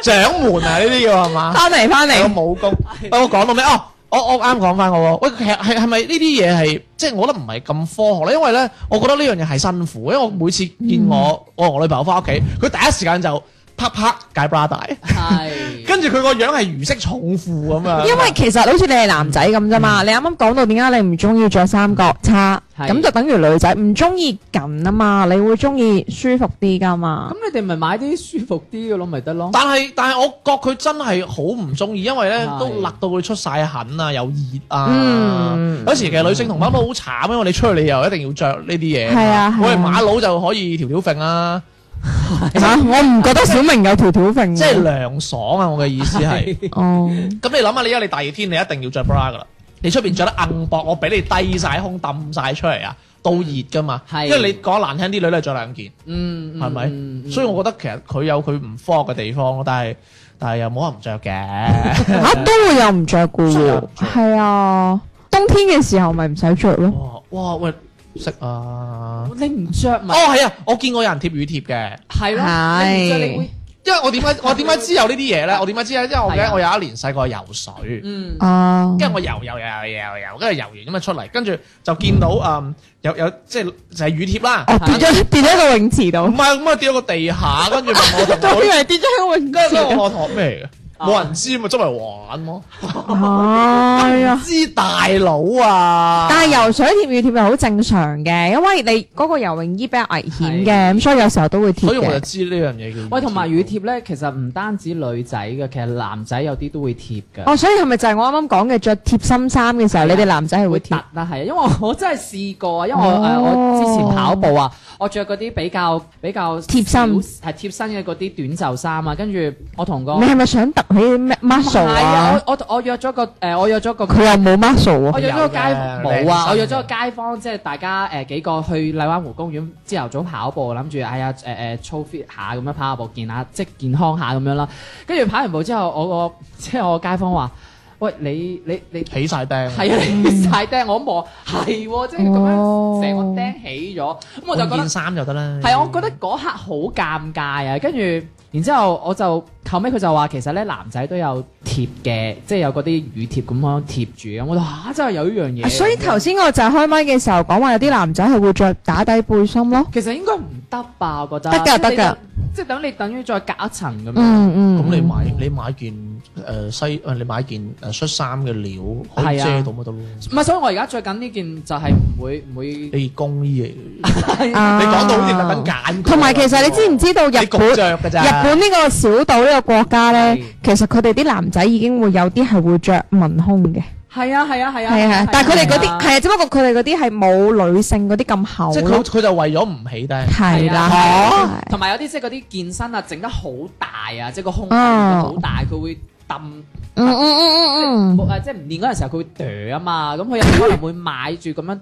Speaker 4: 掌門啊呢啲叫係嘛？
Speaker 7: 翻嚟翻
Speaker 4: 係
Speaker 7: 嚟，
Speaker 4: 個武功。喂我講到咩？哦，我我啱講翻我喎。喂，其實係係咪呢啲嘢係即係我覺得唔係咁科學咧？因為咧，我覺得呢樣嘢係辛苦，因為我每次見我
Speaker 7: 嗯
Speaker 4: 我同我女朋友翻屋企，佢第一時間就啪啪解 bra 帶，
Speaker 6: 係
Speaker 4: 跟住佢個樣係如釋重負咁啊。
Speaker 7: 因為其實好似你係男仔咁啫
Speaker 4: 嗯
Speaker 7: 嘛。你啱啱講到點解你唔中意着三角叉，
Speaker 6: 係
Speaker 7: 咁就等於女仔唔中意緊啊嘛，你會中意舒服啲噶嘛。
Speaker 6: 咁你哋咪買啲舒服啲嘅咯，咪得咯。
Speaker 4: 但係但係，我覺佢真係好唔中意，因為咧
Speaker 6: 係
Speaker 4: 都勒到佢出晒痕啊，又熱啊。
Speaker 7: 嗯
Speaker 4: 有時其實女性同胞都好慘，因為你出去你又一定要着呢啲嘢。
Speaker 7: 係啊係啊
Speaker 4: 我哋馬佬就可以條條揈啊啦，
Speaker 7: 嚇，我唔覺得小明有條條
Speaker 6: 嗯
Speaker 7: 揈喎。
Speaker 4: 即係涼爽啊！我嘅意思係，
Speaker 7: 哦，
Speaker 4: 咁你諗下，你因為你大熱天你一定要着 bra 噶啦，你出邊着得硬薄，我俾你低晒胸揼晒出嚟啊，到熱噶嘛。
Speaker 6: 嗯係
Speaker 4: 因為你講得難聽啲，女都係着兩件，
Speaker 6: 嗯，
Speaker 4: 係咪？
Speaker 6: 嗯
Speaker 4: 所以我覺得其實佢有佢唔科學嘅地方咯，但係但係又冇人唔着嘅。
Speaker 7: 嚇都會有 唔着嘅
Speaker 4: 真係有
Speaker 7: 喎
Speaker 4: 唔，着
Speaker 7: 係啊，冬天嘅時候咪唔使着咯。
Speaker 4: 哇哇喂，識啊！
Speaker 6: 你唔着
Speaker 4: 哦
Speaker 6: 咪
Speaker 4: 係啊，我見過有人貼乳貼嘅，
Speaker 6: 係咯，
Speaker 7: 係
Speaker 6: 你唔着你會
Speaker 4: 因為我點解我點解知有呢啲嘢咧？我點解知咧？因為我記
Speaker 6: 係啊
Speaker 4: 得我有一年細個去游水，
Speaker 6: 嗯
Speaker 7: 哦，
Speaker 4: 跟住我游游游游游，跟住游完咁啊出嚟，跟住就見到嗯有有即係就係乳貼啦，
Speaker 7: 哦跌咗跌咗喺個泳池
Speaker 4: 唔
Speaker 7: 度，
Speaker 4: 係咁啊跌咗個地下，跟住問我同
Speaker 7: 都以
Speaker 4: 我，
Speaker 7: 為跌咗喺個泳
Speaker 4: 跟
Speaker 7: 池
Speaker 4: 住
Speaker 7: 度。
Speaker 4: 我同學咩嚟嘅？冇人知咪周圍玩咯。
Speaker 7: 係啊。
Speaker 4: 知大佬啊！
Speaker 7: 但係游水貼雨貼係好正常嘅，因為你嗰個游泳衣比較危險嘅，咁所以有時候都會貼
Speaker 4: 所以我就
Speaker 7: 嘅。
Speaker 4: 知呢樣嘢叫。
Speaker 6: 喂，同埋乳貼咧，其實唔單止女仔嘅，其實男仔有啲都會貼嘅。
Speaker 7: 哦，所以係咪就係我啱啱講嘅着貼心衫嘅時候，你哋男仔係會
Speaker 6: 會哦突
Speaker 7: 貼？
Speaker 6: 啦，係，啊因為我真係試過啊，因為我誒、
Speaker 7: 哦
Speaker 6: 呃我之前跑步啊，我着嗰啲比較比較
Speaker 7: 貼身
Speaker 6: 少係貼身嘅嗰啲短袖衫啊，跟住我同個
Speaker 7: 你係咪想突起啲咩 muscle
Speaker 6: 係
Speaker 7: 啊？
Speaker 6: 我我我約咗個誒、呃我約咗個
Speaker 7: 佢又冇 muscle
Speaker 6: 我
Speaker 7: 喎。
Speaker 6: 約咗個街
Speaker 4: 有嘅
Speaker 6: 冇
Speaker 4: 靚
Speaker 6: 啊！我約
Speaker 4: 身
Speaker 6: 咗個街坊，即係大家誒、呃、幾個去荔灣湖公園朝頭早跑步，諗住哎呀誒誒操 fit 下咁樣跑下步，健下即係健康下咁樣啦。跟住跑完步之後，我個即係我個街坊話：喂，你你你
Speaker 4: 起晒釘。
Speaker 6: 係啊，你晒釘！我一望係喎，即係咁
Speaker 7: 哦
Speaker 6: 樣成個釘起咗，咁我就覺
Speaker 4: 換
Speaker 6: 得
Speaker 4: 件。衫就得啦。
Speaker 6: 係啊，我覺得嗰刻好尷尬啊！跟住，然之後我就後尾佢就話其實咧男仔都有貼嘅，即係有嗰啲乳貼咁樣貼住咁。我就嚇真係有呢樣嘢啊。
Speaker 7: 所以頭先我就係開麥嘅時候講話有啲男仔係會着打底背心咯。
Speaker 6: 其實應該唔得吧？我覺得
Speaker 7: 得㗎得㗎，
Speaker 6: 即係等你等於再隔一層咁樣。
Speaker 7: 嗯嗯。
Speaker 4: 咁你買你買件誒西誒你買件誒恤衫嘅料可以
Speaker 6: 係啊
Speaker 4: 遮到咪得咯？
Speaker 6: 唔係，所以我而家着緊呢件就係唔會唔會
Speaker 4: 你工衣嚟嘅，
Speaker 7: 啊
Speaker 4: 你講到好似特登揀。
Speaker 7: 同埋其實你知唔知道
Speaker 4: 你
Speaker 7: 日本
Speaker 4: 焗着㗎咋？
Speaker 7: 日本呢個小島呢個國家
Speaker 6: 係
Speaker 7: 咧，其實佢哋啲男仔已經會有啲係會着文胸嘅，
Speaker 6: 係啊係啊係啊
Speaker 7: 係啊，但係佢哋嗰
Speaker 6: 啊
Speaker 7: 啲係啊，只不過佢哋嗰啲係冇女性嗰啲咁厚
Speaker 4: 即係佢
Speaker 7: 咯，
Speaker 4: 佢就為咗唔起低。
Speaker 7: 係
Speaker 6: 係啊
Speaker 7: 啦，哦
Speaker 6: 同埋有啲即係嗰啲健身啊，整得好大啊，即係個胸
Speaker 7: 哦
Speaker 6: 好大，佢會揼。
Speaker 7: 嗯嗯嗯嗯嗯，
Speaker 6: 冇誒，即係唔練嗰陣時候佢會啄啊嘛，咁佢有可能會買住咁樣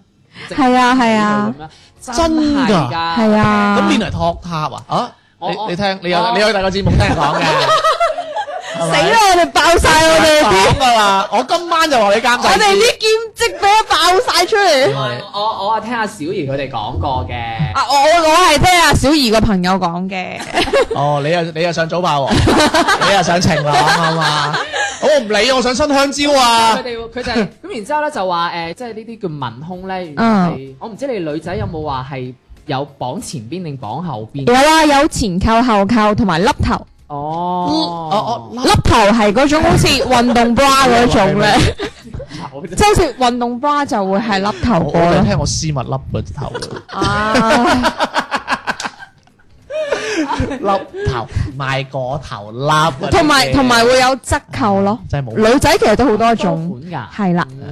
Speaker 6: 直
Speaker 7: 係啊係啊
Speaker 6: 咁樣，真係
Speaker 4: 真㗎
Speaker 6: 㗎，
Speaker 7: 係啊，
Speaker 4: 咁練嚟托塔啊？啊，
Speaker 6: 我我
Speaker 4: 你你聽，你有
Speaker 6: 我
Speaker 4: 你有第二個節目聽人講嘅。
Speaker 7: 死
Speaker 4: 死
Speaker 7: 啦！我哋爆晒我哋啲，
Speaker 4: 講㗎啦！我今晚就話你監製。
Speaker 7: 我哋啲兼職俾我爆晒出嚟。
Speaker 6: 我我我啊聽阿小儀佢哋講過嘅，
Speaker 7: 啊！我我係聽阿小儀個朋友講嘅，
Speaker 4: 哦，你又你又想早爆喎，你又想情啦，啱嘛？我唔理，我想新香蕉
Speaker 6: 佢
Speaker 4: 啊！
Speaker 6: 哋佢就係咁，然之後咧就話誒，即係呢啲叫文胸咧，原來係我唔知你女仔有冇話係有綁前邊定綁後邊？
Speaker 7: 有啦，有前扣後扣同埋笠頭，
Speaker 4: Ờ,
Speaker 6: 哦，
Speaker 7: 笠頭係嗰種好似運動 bra 嗰種咧，
Speaker 6: 我
Speaker 7: 即係好似運動 bra 就會係笠頭
Speaker 4: 我
Speaker 7: 過
Speaker 4: 我
Speaker 7: 咯
Speaker 4: 就。聽我絲襪笠個頭，
Speaker 7: 啊，
Speaker 4: 笠頭賣個頭笠啊，
Speaker 7: 同埋
Speaker 4: 你
Speaker 7: 同埋會有側扣咯，
Speaker 4: 真係冇
Speaker 7: 女仔其實都好多種，
Speaker 6: 款㗎。
Speaker 7: 係啦，
Speaker 6: 哦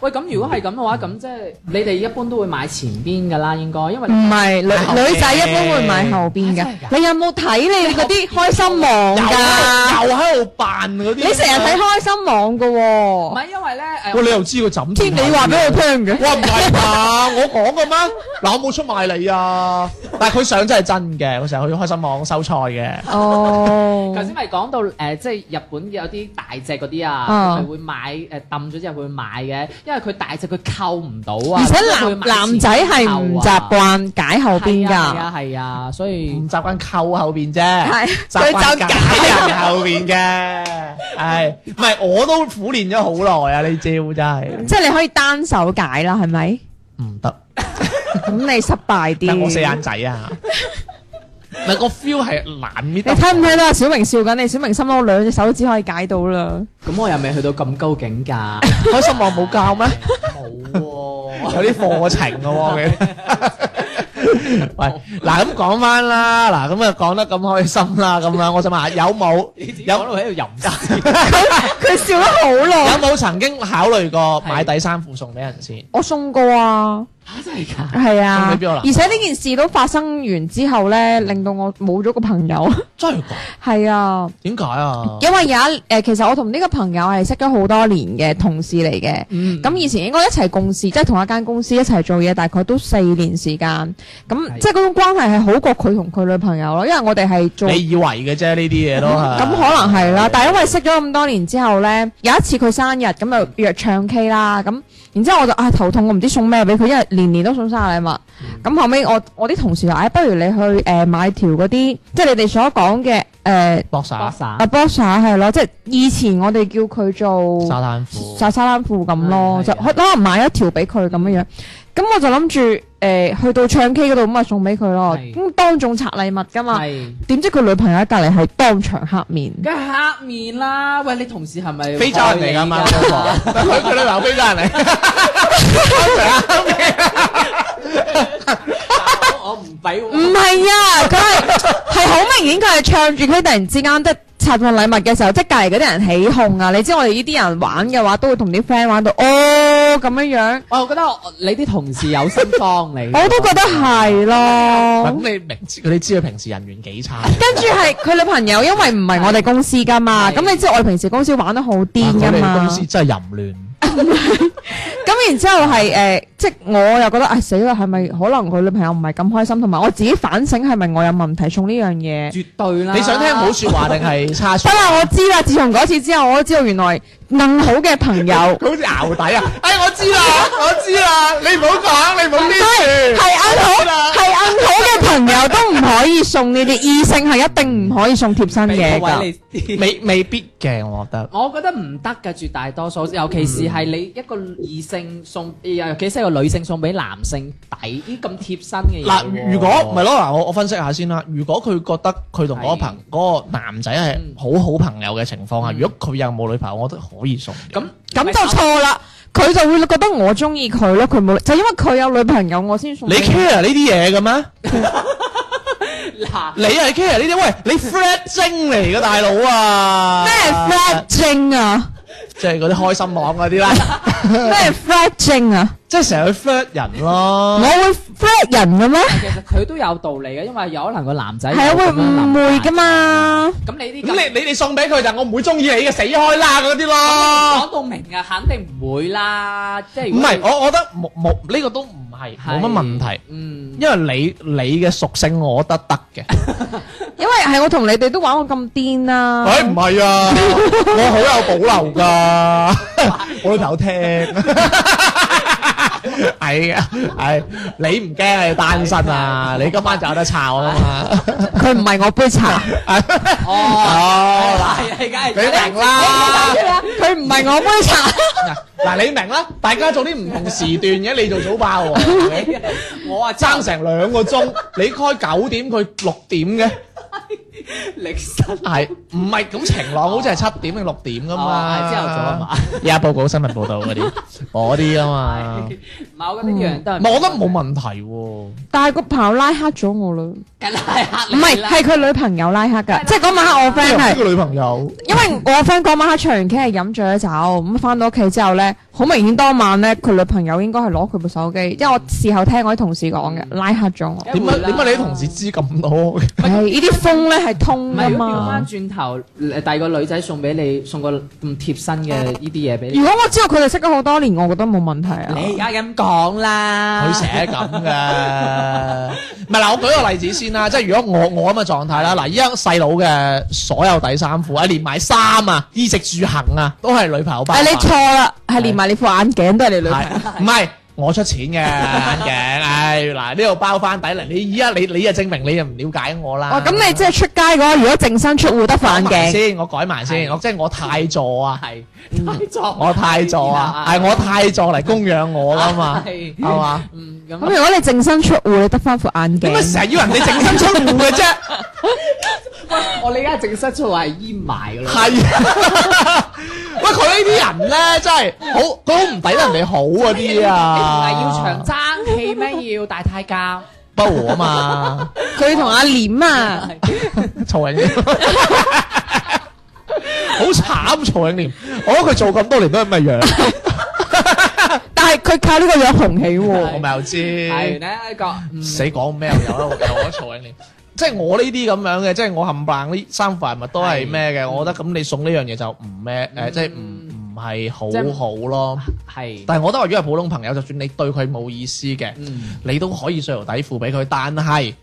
Speaker 6: 喂，咁如果係咁嘅話，咁即係你哋一般都會買前邊㗎啦，應該，因為
Speaker 7: 唔係女
Speaker 4: 後邊
Speaker 7: 女仔一般會買後邊嘅
Speaker 6: 啊真係。㗎
Speaker 7: 你有冇睇你嗰 啲開心網
Speaker 4: 又
Speaker 6: 啊
Speaker 7: 㗎？
Speaker 4: 喺度又喺度扮嗰啲。
Speaker 7: 你成日睇開心網㗎
Speaker 6: 唔
Speaker 7: 喎，
Speaker 6: 係因為咧誒
Speaker 4: 喂，你又知個枕
Speaker 7: 天你話俾我聽嘅。
Speaker 4: 我唔係吧？我講嘅咩？嗱，我冇出賣你啊！但係佢相真係真嘅，我成日去開心網收菜嘅。
Speaker 7: 哦
Speaker 6: 頭先咪講到誒、呃即係日本有啲大隻嗰啲啊，
Speaker 7: 啊
Speaker 6: 佢咪會買誒抌咗之後佢會買嘅，因為佢大隻佢扣唔到啊，
Speaker 7: 而且
Speaker 6: 所以佢
Speaker 7: 男
Speaker 6: 會買
Speaker 7: 男仔係唔習
Speaker 6: 前
Speaker 7: 慣解後
Speaker 6: 後啊
Speaker 7: 邊
Speaker 6: 係啊係啊
Speaker 7: 㗎，
Speaker 6: 係啊，所以
Speaker 4: 唔習慣扣後邊啫，
Speaker 7: 係
Speaker 4: 習慣
Speaker 7: 佢就
Speaker 4: 解人後邊嘅，係唔係？我都苦練咗好耐啊！呢招真係
Speaker 7: 即係你可以單手解啦，係咪？
Speaker 4: 唔得，
Speaker 7: 咁你失
Speaker 4: 但
Speaker 7: 敗啲。
Speaker 4: 我四眼仔啊！唔係個 à. feel 係難搣
Speaker 7: 你
Speaker 4: 得
Speaker 7: 睇唔睇到阿小明笑緊？你小明心諗我兩隻手指可以解到啦。
Speaker 6: 咁我又未去到咁高境界，
Speaker 4: 開心網冇教咩？
Speaker 6: 冇喎、
Speaker 4: 有啲課程 嘅喎，其實 喂，嗱咁講翻啦，嗱咁啊講得咁開心啦，咁樣我想問下有冇
Speaker 6: 有
Speaker 4: 有
Speaker 6: 喺度喺度吟詩，
Speaker 7: 佢笑得 好
Speaker 4: 有
Speaker 7: 耐。
Speaker 4: 冇曾經考慮過買底衫褲送俾人先？
Speaker 7: 我送過啊，
Speaker 6: 真係㗎，
Speaker 7: 係啊，
Speaker 4: 送俾邊個男
Speaker 7: 而且呢件事都發生完之後咧，令到我冇咗個朋友。
Speaker 4: 真係㗎？
Speaker 7: 係啊，
Speaker 4: 點解啊？
Speaker 7: 因為有一誒、其實我同呢個朋友係識咗好多年嘅同事嚟嘅。
Speaker 6: 嗯，
Speaker 7: 咁以前應該一齊共事，即係同一間公司一齊做嘢，大概都四年時間。咁
Speaker 6: 係
Speaker 7: 即係嗰種關係係好過佢同佢女朋友咯，因為我哋係做。
Speaker 4: 你以為嘅啫，呢啲嘢都 係。
Speaker 7: 嗯咁可能係啦，但係因為識咗咁多年之後呢，有一次佢生日，咁就約唱 K 啦，咁然之後我就啊頭痛，我唔知送咩俾佢，因為年年都送生日禮物。
Speaker 6: 嗯
Speaker 7: 咁、後尾我我啲同事就話：，哎，不如你去誒、呃、買條嗰啲，即係你哋所講嘅诶
Speaker 4: 搏殺
Speaker 6: 搏殺
Speaker 7: 阿 Bossa 係咯，即係以前我哋叫佢做
Speaker 4: 沙灘褲。
Speaker 7: 晒沙灘褲咁
Speaker 6: 係
Speaker 7: 咯，就
Speaker 6: 嗯係
Speaker 7: 可可能買一條俾佢咁樣樣。咁我就諗住誒去到唱 K 嗰度咁啊送俾佢咯，
Speaker 6: 係
Speaker 7: 咁當眾拆禮物噶嘛。
Speaker 6: 係，
Speaker 7: 點知佢女朋友喺隔離係當場黑面，
Speaker 6: 梗係黑面啦！喂，你同事係咪
Speaker 4: 非洲人嚟㗎嘛，
Speaker 6: 害你㗎
Speaker 4: 佢 佢女朋友非洲人嚟，
Speaker 6: 我我唔俾喎
Speaker 7: 唔係啊，佢係係好明顯佢係唱住 K，突然之間即係拆份禮物嘅時候，即係隔離嗰啲人起哄啊！你知我哋呢啲人玩嘅話，都會同啲 friend 玩到哦咁樣樣，
Speaker 6: 我又覺得我你啲同事有心幫你，
Speaker 4: 嗯
Speaker 7: 我都覺得係咯。
Speaker 4: 咁你明知佢哋知佢平時人緣幾 差，
Speaker 7: 跟住係佢女朋友，因為唔係我哋公司噶嘛，
Speaker 6: 係
Speaker 7: 咁你知我哋平時公司玩得好癲
Speaker 4: 哇
Speaker 7: 噶
Speaker 4: 佢哋
Speaker 7: 嘛
Speaker 4: 公，司真係淫亂。
Speaker 7: 咁然之後係誒，即係我又覺得唉死啦，係咪可能佢女朋友唔係咁開心，同埋我自己反省係咪我有問題送呢樣嘢？
Speaker 6: 絕對啦。
Speaker 4: 你想聽好説話定係差
Speaker 7: 不
Speaker 4: 説話？
Speaker 7: 啦，我知啦，自從嗰次之後，我都知道原來更好嘅朋友
Speaker 4: 佢好似熬底啊！哎，我知啦，我知啦，你唔好講，你唔好呢
Speaker 7: 係
Speaker 4: 住。
Speaker 7: 啱好係啱好嘅朋友都唔可以送呢啲，異性係一定唔可以送貼身嘢
Speaker 6: 俾
Speaker 7: 㗎。
Speaker 6: 個位你
Speaker 4: 未未必嘅，我覺得。
Speaker 6: 我覺得唔得嘅，絕大多數，尤其是係你一個異性送，尤其是一個女性送俾男性抵呢咁貼身嘅嘢喎。
Speaker 4: 嗱，如果唔係咯，嗱，我我分析下先啦。如果佢覺得佢同嗰個朋嗰個男仔係好好朋友嘅情況下，
Speaker 6: 嗯
Speaker 4: 如果佢又冇女朋友，我覺得可以送。
Speaker 6: 咁
Speaker 7: 咁就錯啦，佢就會覺得我中意佢咯，佢冇就因為佢有女朋友，我先送
Speaker 4: 你
Speaker 7: 俾佢。
Speaker 4: care 呢啲嘢嘅咩？
Speaker 6: 嗱，
Speaker 4: 你係 care 呢啲？喂，你 flat 精嚟嘅大佬啊！
Speaker 7: 咩 flat 症啊？
Speaker 4: 即係嗰啲開心網嗰啲啦，
Speaker 7: 咩 flat 症啊？
Speaker 4: 即係成日去 flat 人
Speaker 7: 我
Speaker 4: 咯。
Speaker 7: 會 flat 人嘅咩？
Speaker 6: 其實佢都有道理嘅，因為有可能個男仔
Speaker 7: 係啊，
Speaker 6: 有
Speaker 7: 會
Speaker 6: 咁樣諗
Speaker 7: 誤會噶嘛？
Speaker 6: 法。咁你啲咁
Speaker 4: 咁你你你送俾佢就我唔會中意你嘅，死開啦嗰啲咯。
Speaker 6: 講到明啊，肯定唔會啦，即係如
Speaker 4: 唔
Speaker 6: 果
Speaker 4: 係，
Speaker 6: 你
Speaker 4: 我我覺得冇冇呢個都唔係冇乜問題，
Speaker 6: 嗯，
Speaker 4: 因為你你嘅屬性我覺得得 嘅。
Speaker 7: 因為係我同你哋都玩過咁癲啦。
Speaker 4: 唉，唔係啊， 我好有保留 噶，我女朋友聽。 係啊，係你唔驚你單身 啊？你今晚就有得炒啊嘛！
Speaker 7: 佢唔係我杯茶，
Speaker 6: 哦，
Speaker 4: 哦，
Speaker 6: 係係梗係
Speaker 4: 嗱，你明啦，
Speaker 7: 啊佢唔係我杯茶。
Speaker 4: 嗱，你明啦，大家做啲唔同時段嘅，你做早爆喎係咪，
Speaker 6: 我啊
Speaker 4: 爭成兩個鐘，你開九點，佢六點嘅，
Speaker 6: 力身
Speaker 4: 係唔係咁晴朗？好似係七點定六點噶嘛？
Speaker 6: 哦係朝頭早啊嘛，
Speaker 4: 而家報告新聞報導 嗰啲，嗰啲啊嘛。
Speaker 6: 唔係，我覺得呢樣都係
Speaker 4: 唔係，我覺得冇問題喎。
Speaker 7: 但係個朋友拉黑咗我啦，唔
Speaker 6: 梗係黑你
Speaker 7: 係
Speaker 6: 啦
Speaker 7: 係佢女朋友拉黑㗎，即係嗰晚黑我 friend 係
Speaker 4: 呢。個女朋友，
Speaker 7: 因為我 friend 嗰晚黑唱完 K 係飲醉咗酒，咁翻到屋企之後咧，好明顯當晚咧佢女朋友應該係攞佢部手機，因為我事後聽我啲同事講嘅，拉黑咗我。
Speaker 4: 點解點解你啲同事知咁多？
Speaker 7: 唉，呢啲風咧係啊通
Speaker 6: 唔
Speaker 7: 噶
Speaker 6: 係，如果調
Speaker 7: 嘛。
Speaker 6: 翻轉頭，誒第二個女仔送俾你，送個咁貼身嘅呢啲嘢俾你
Speaker 7: 如，果我知道佢哋識咗好多年，我覺得冇問題啊。
Speaker 6: 你而家咁講啦，
Speaker 4: 佢成日咁嘅，唔係嗱，我舉個例子先啦，即係如果我我咁嘅狀態啦，嗱，依家細佬嘅所有底衫褲啊，連埋衫啊、衣食住行啊，都係女朋友包辦。
Speaker 7: 誒，你錯啦，係連埋你副眼鏡都係你女朋友。
Speaker 4: 係唔係？我出錢嘅 眼鏡，唉嗱呢度包翻底嚟，你依家你你就證明你又唔了解我啦。
Speaker 7: 哦，咁你即係出街嗰個，如果淨身出户得副眼
Speaker 4: 我改埋
Speaker 7: 鏡，
Speaker 4: 先，我改埋先，
Speaker 6: 係
Speaker 4: 我即係我太座啊，
Speaker 6: 係太作，
Speaker 4: 我太座啊，係我太座嚟供養我噶嘛，
Speaker 6: 係
Speaker 4: 係嘛？
Speaker 6: 嗯
Speaker 7: 咁
Speaker 6: 咁
Speaker 7: 如果你淨身出户，你得翻副眼
Speaker 4: 點解
Speaker 7: 鏡。
Speaker 4: 成日要人哋整身出户嘅啫？
Speaker 6: 我哋而家正室出係淹埋㗎啦，
Speaker 4: 係啊， 喂佢呢啲人咧真係好，佢好唔抵得人哋好嗰啲
Speaker 6: 你唔
Speaker 4: 啊，
Speaker 6: 係要長爭氣咩？要大太監，
Speaker 4: 不和啊嘛，
Speaker 7: 佢同阿廉啊，
Speaker 4: 曹永廉。 好慘，曹永廉，我覺得佢做咁多年都係咁嘅樣，
Speaker 7: 但係佢靠呢個樣紅起 喎。
Speaker 4: 我咪
Speaker 6: 係
Speaker 4: 又知。
Speaker 6: 呢一個嗯
Speaker 4: 死講咩又有啦，有得曹永廉。即係我呢啲咁樣嘅，即係我冚唪唥呢三份物都係嗯咩嘅？我覺得咁你送呢樣嘢就唔咩誒，即係唔唔係
Speaker 6: 即係
Speaker 4: 好好咯。
Speaker 6: 係
Speaker 4: 但係我覺得，如果係普通朋友，就算你對佢冇意思嘅，
Speaker 6: 嗯
Speaker 4: 你都可以碎條底褲俾佢，但係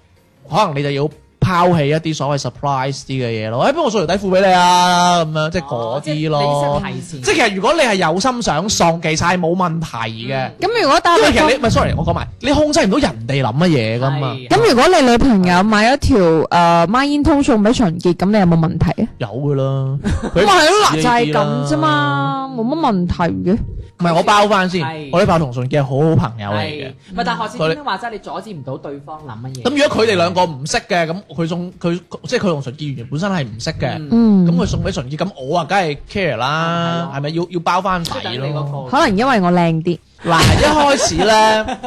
Speaker 4: 可能你就要。拋棄一啲所謂 surprise 啲嘅嘢咯。誒、不如我送條底褲俾你啊，咁樣即係
Speaker 6: Ờ,
Speaker 4: 嗰啲
Speaker 7: 哦
Speaker 4: 咯。
Speaker 6: 你識提
Speaker 4: 即
Speaker 6: 前，
Speaker 4: 係其實如果你係有心想送，其實係冇問題嘅。
Speaker 7: 咁如果但
Speaker 4: 因為
Speaker 7: 係
Speaker 4: 其實你唔係 sorry，我講埋，你控制唔到人哋諗乜嘢啊噶嘛。
Speaker 6: 係
Speaker 7: 咁如果你女朋友買一條诶孖煙通送俾秦傑，咁你有冇問題啊？
Speaker 4: 有噶 啦，
Speaker 7: 咁
Speaker 4: 佢
Speaker 7: 咪係咯，嗱
Speaker 4: 知
Speaker 7: 就
Speaker 4: 呢
Speaker 7: 係
Speaker 4: 啲啦
Speaker 7: 咁啫。嘛，冇乜問題嘅。
Speaker 4: 唔係我包翻先
Speaker 6: 係，
Speaker 4: 我啲爆同純嘅好好朋友嚟嘅
Speaker 6: 係。唔係？但係學
Speaker 4: 佢
Speaker 6: 先生話齋，你阻止唔到對方諗乜嘢。
Speaker 4: 咁如果佢哋兩個唔識嘅，咁佢送佢即係佢同純潔原本身係唔識嘅，
Speaker 6: 嗯
Speaker 4: 咁
Speaker 7: 嗯，
Speaker 4: 佢送俾純潔，咁我啊梗係 care 啦，
Speaker 6: 係咯
Speaker 4: 係咪要要包翻
Speaker 6: 即係等
Speaker 4: 底
Speaker 6: 你嗰
Speaker 4: 咯？
Speaker 6: 個
Speaker 7: 可能因為我靚啲，
Speaker 4: 嗱，一開始 咧，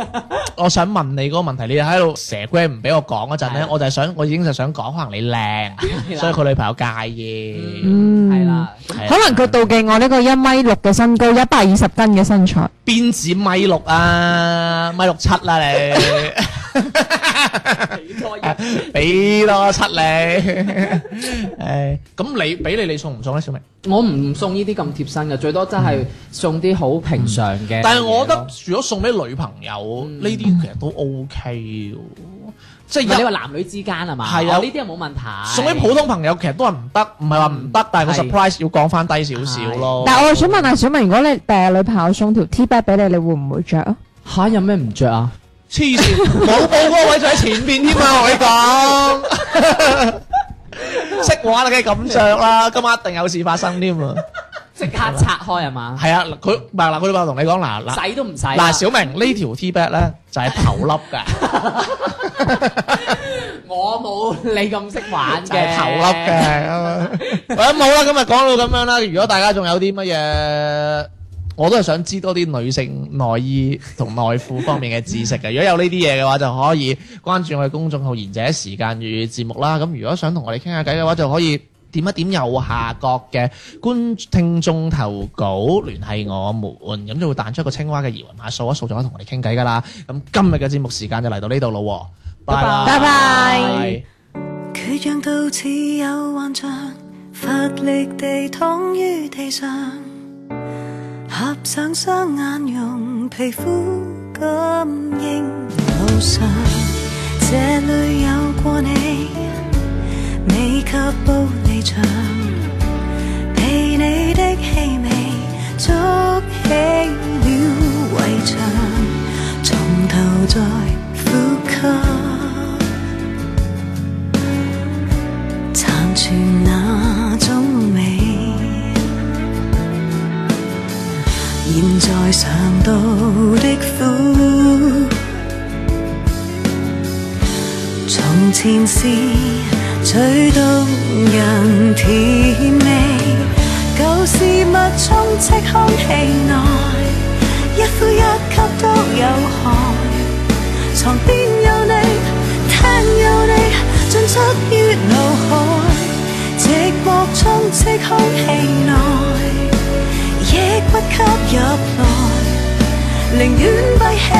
Speaker 4: 我想問你嗰個問題，你喺度蛇龜唔俾我講嗰陣咧
Speaker 6: 係，
Speaker 4: 我就係想我已經就想講，可能 你靚，
Speaker 6: 啦
Speaker 4: 所以佢女朋友介意，
Speaker 7: 嗯
Speaker 6: 係啦，咁
Speaker 4: 係啊
Speaker 7: 可能佢妒忌我呢個一米六嘅身高，一百二十斤嘅身材。
Speaker 4: 邊止米六啊，米六七啦 你，
Speaker 6: 幾多
Speaker 4: À.
Speaker 6: 嘢？
Speaker 4: 俾多七你，唉，咁你俾你你送唔送咧，小明？
Speaker 6: 我唔送呢啲咁貼身嘅，最多真係送啲好平常嘅嘢咯。
Speaker 4: 但係我覺得，如果送俾女朋友呢啲，其實都 OK 嘅，即
Speaker 6: 唔係你話
Speaker 4: 係
Speaker 6: 男女之間係嘛？
Speaker 4: 係啊
Speaker 6: 哦呢啲係冇問題。
Speaker 4: 送俾普通朋友，其實都係唔得，唔係話唔得，但係個
Speaker 6: 係
Speaker 4: surprise 要降翻低少少咯。
Speaker 7: 嗯但系我想問下小明，如果你第日女朋友送條 T 恤俾你，你會唔會着啊？
Speaker 6: 嚇有咩唔着啊？
Speaker 4: 黐線，冇報嗰個位就喺前邊添啊！我同你講， 識玩你梗係咁着啦，今晚一定有事發生添啊！
Speaker 6: 即刻 拆開係嘛？
Speaker 4: 係啊，嗱佢唔係嗱，佢女朋友同你講嗱嗱。
Speaker 6: 洗都唔洗啊。
Speaker 4: 嗱，小明呢條 T back 咧就係頭笠 嘅，
Speaker 6: 我冇你咁識玩
Speaker 4: 就係
Speaker 6: 嘅
Speaker 4: 頭笠嘅咁啊。喂咁好啦，今日講到咁樣啦。如果大家仲有啲乜嘢，我都係想知多啲女性內衣同內褲方面嘅知識嘅。如果有呢啲嘢嘅話，就可以關注我哋公眾號賢者時間與節目啦。咁如果想同我哋傾下偈嘅話，就可以。點一點右下角嘅觀聽眾投稿聯繫我們，咁就會彈出一個青蛙嘅二維碼，掃一掃就可以同我哋傾偈噶啦。咁今日嘅節目時間就嚟到呢度咯喎，拜拜
Speaker 7: 拜拜。
Speaker 8: 佢像到似有幻象，乏力地躺於地上，合上雙眼容皮膚感應路上，這裏有過你，未及步離場，被你的氣味築起了圍牆，從頭再呼吸。殘存那種美。現在嘗到的苦，從前是最動人甜味，舊事物充斥空氣內，一呼一吸都有害。床邊有你，廳有你，進出於腦海，寂寞充斥空氣內，亦不吸入來，寧願閉氣，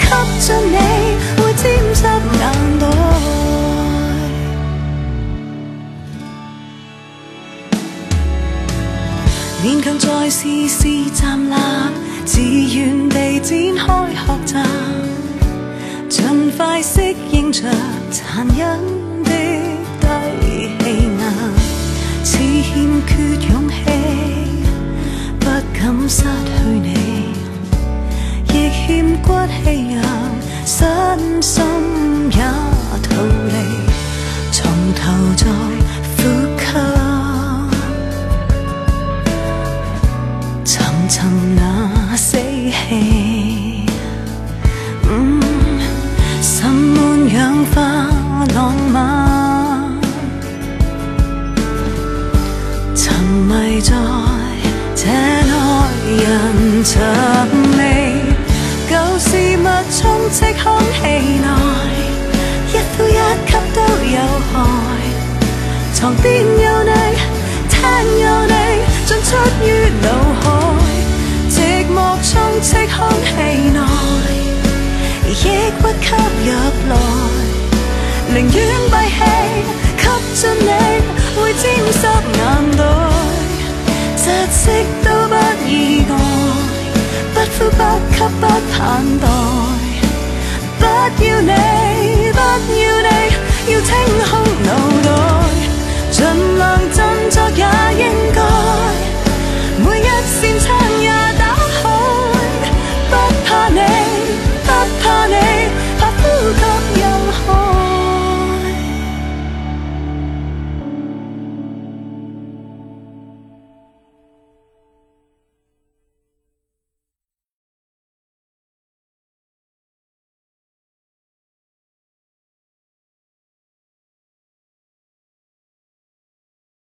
Speaker 8: 吸進你會沾濕眼袋。勉強再試試站立，自願地展開學習。盡快適應着殘忍的低氣壓，似欠缺勇氣，不敢失去你，亦欠骨氣讓身心也逃離，從頭再呼吸。尋尋那死氣。嗯心滿氧化浪漫，沉迷在這內人長味，舊事物充斥空氣內，一呼一吸都有害。床邊有你，廳有你，進出於腦海，寂寞充斥空氣內，亦不吸入來，寧願閉氣，吸進你會沾濕眼袋，窒息都不意外，不呼不吸不盼待。不要你，不要你，要清空腦袋，盡量振作也應該。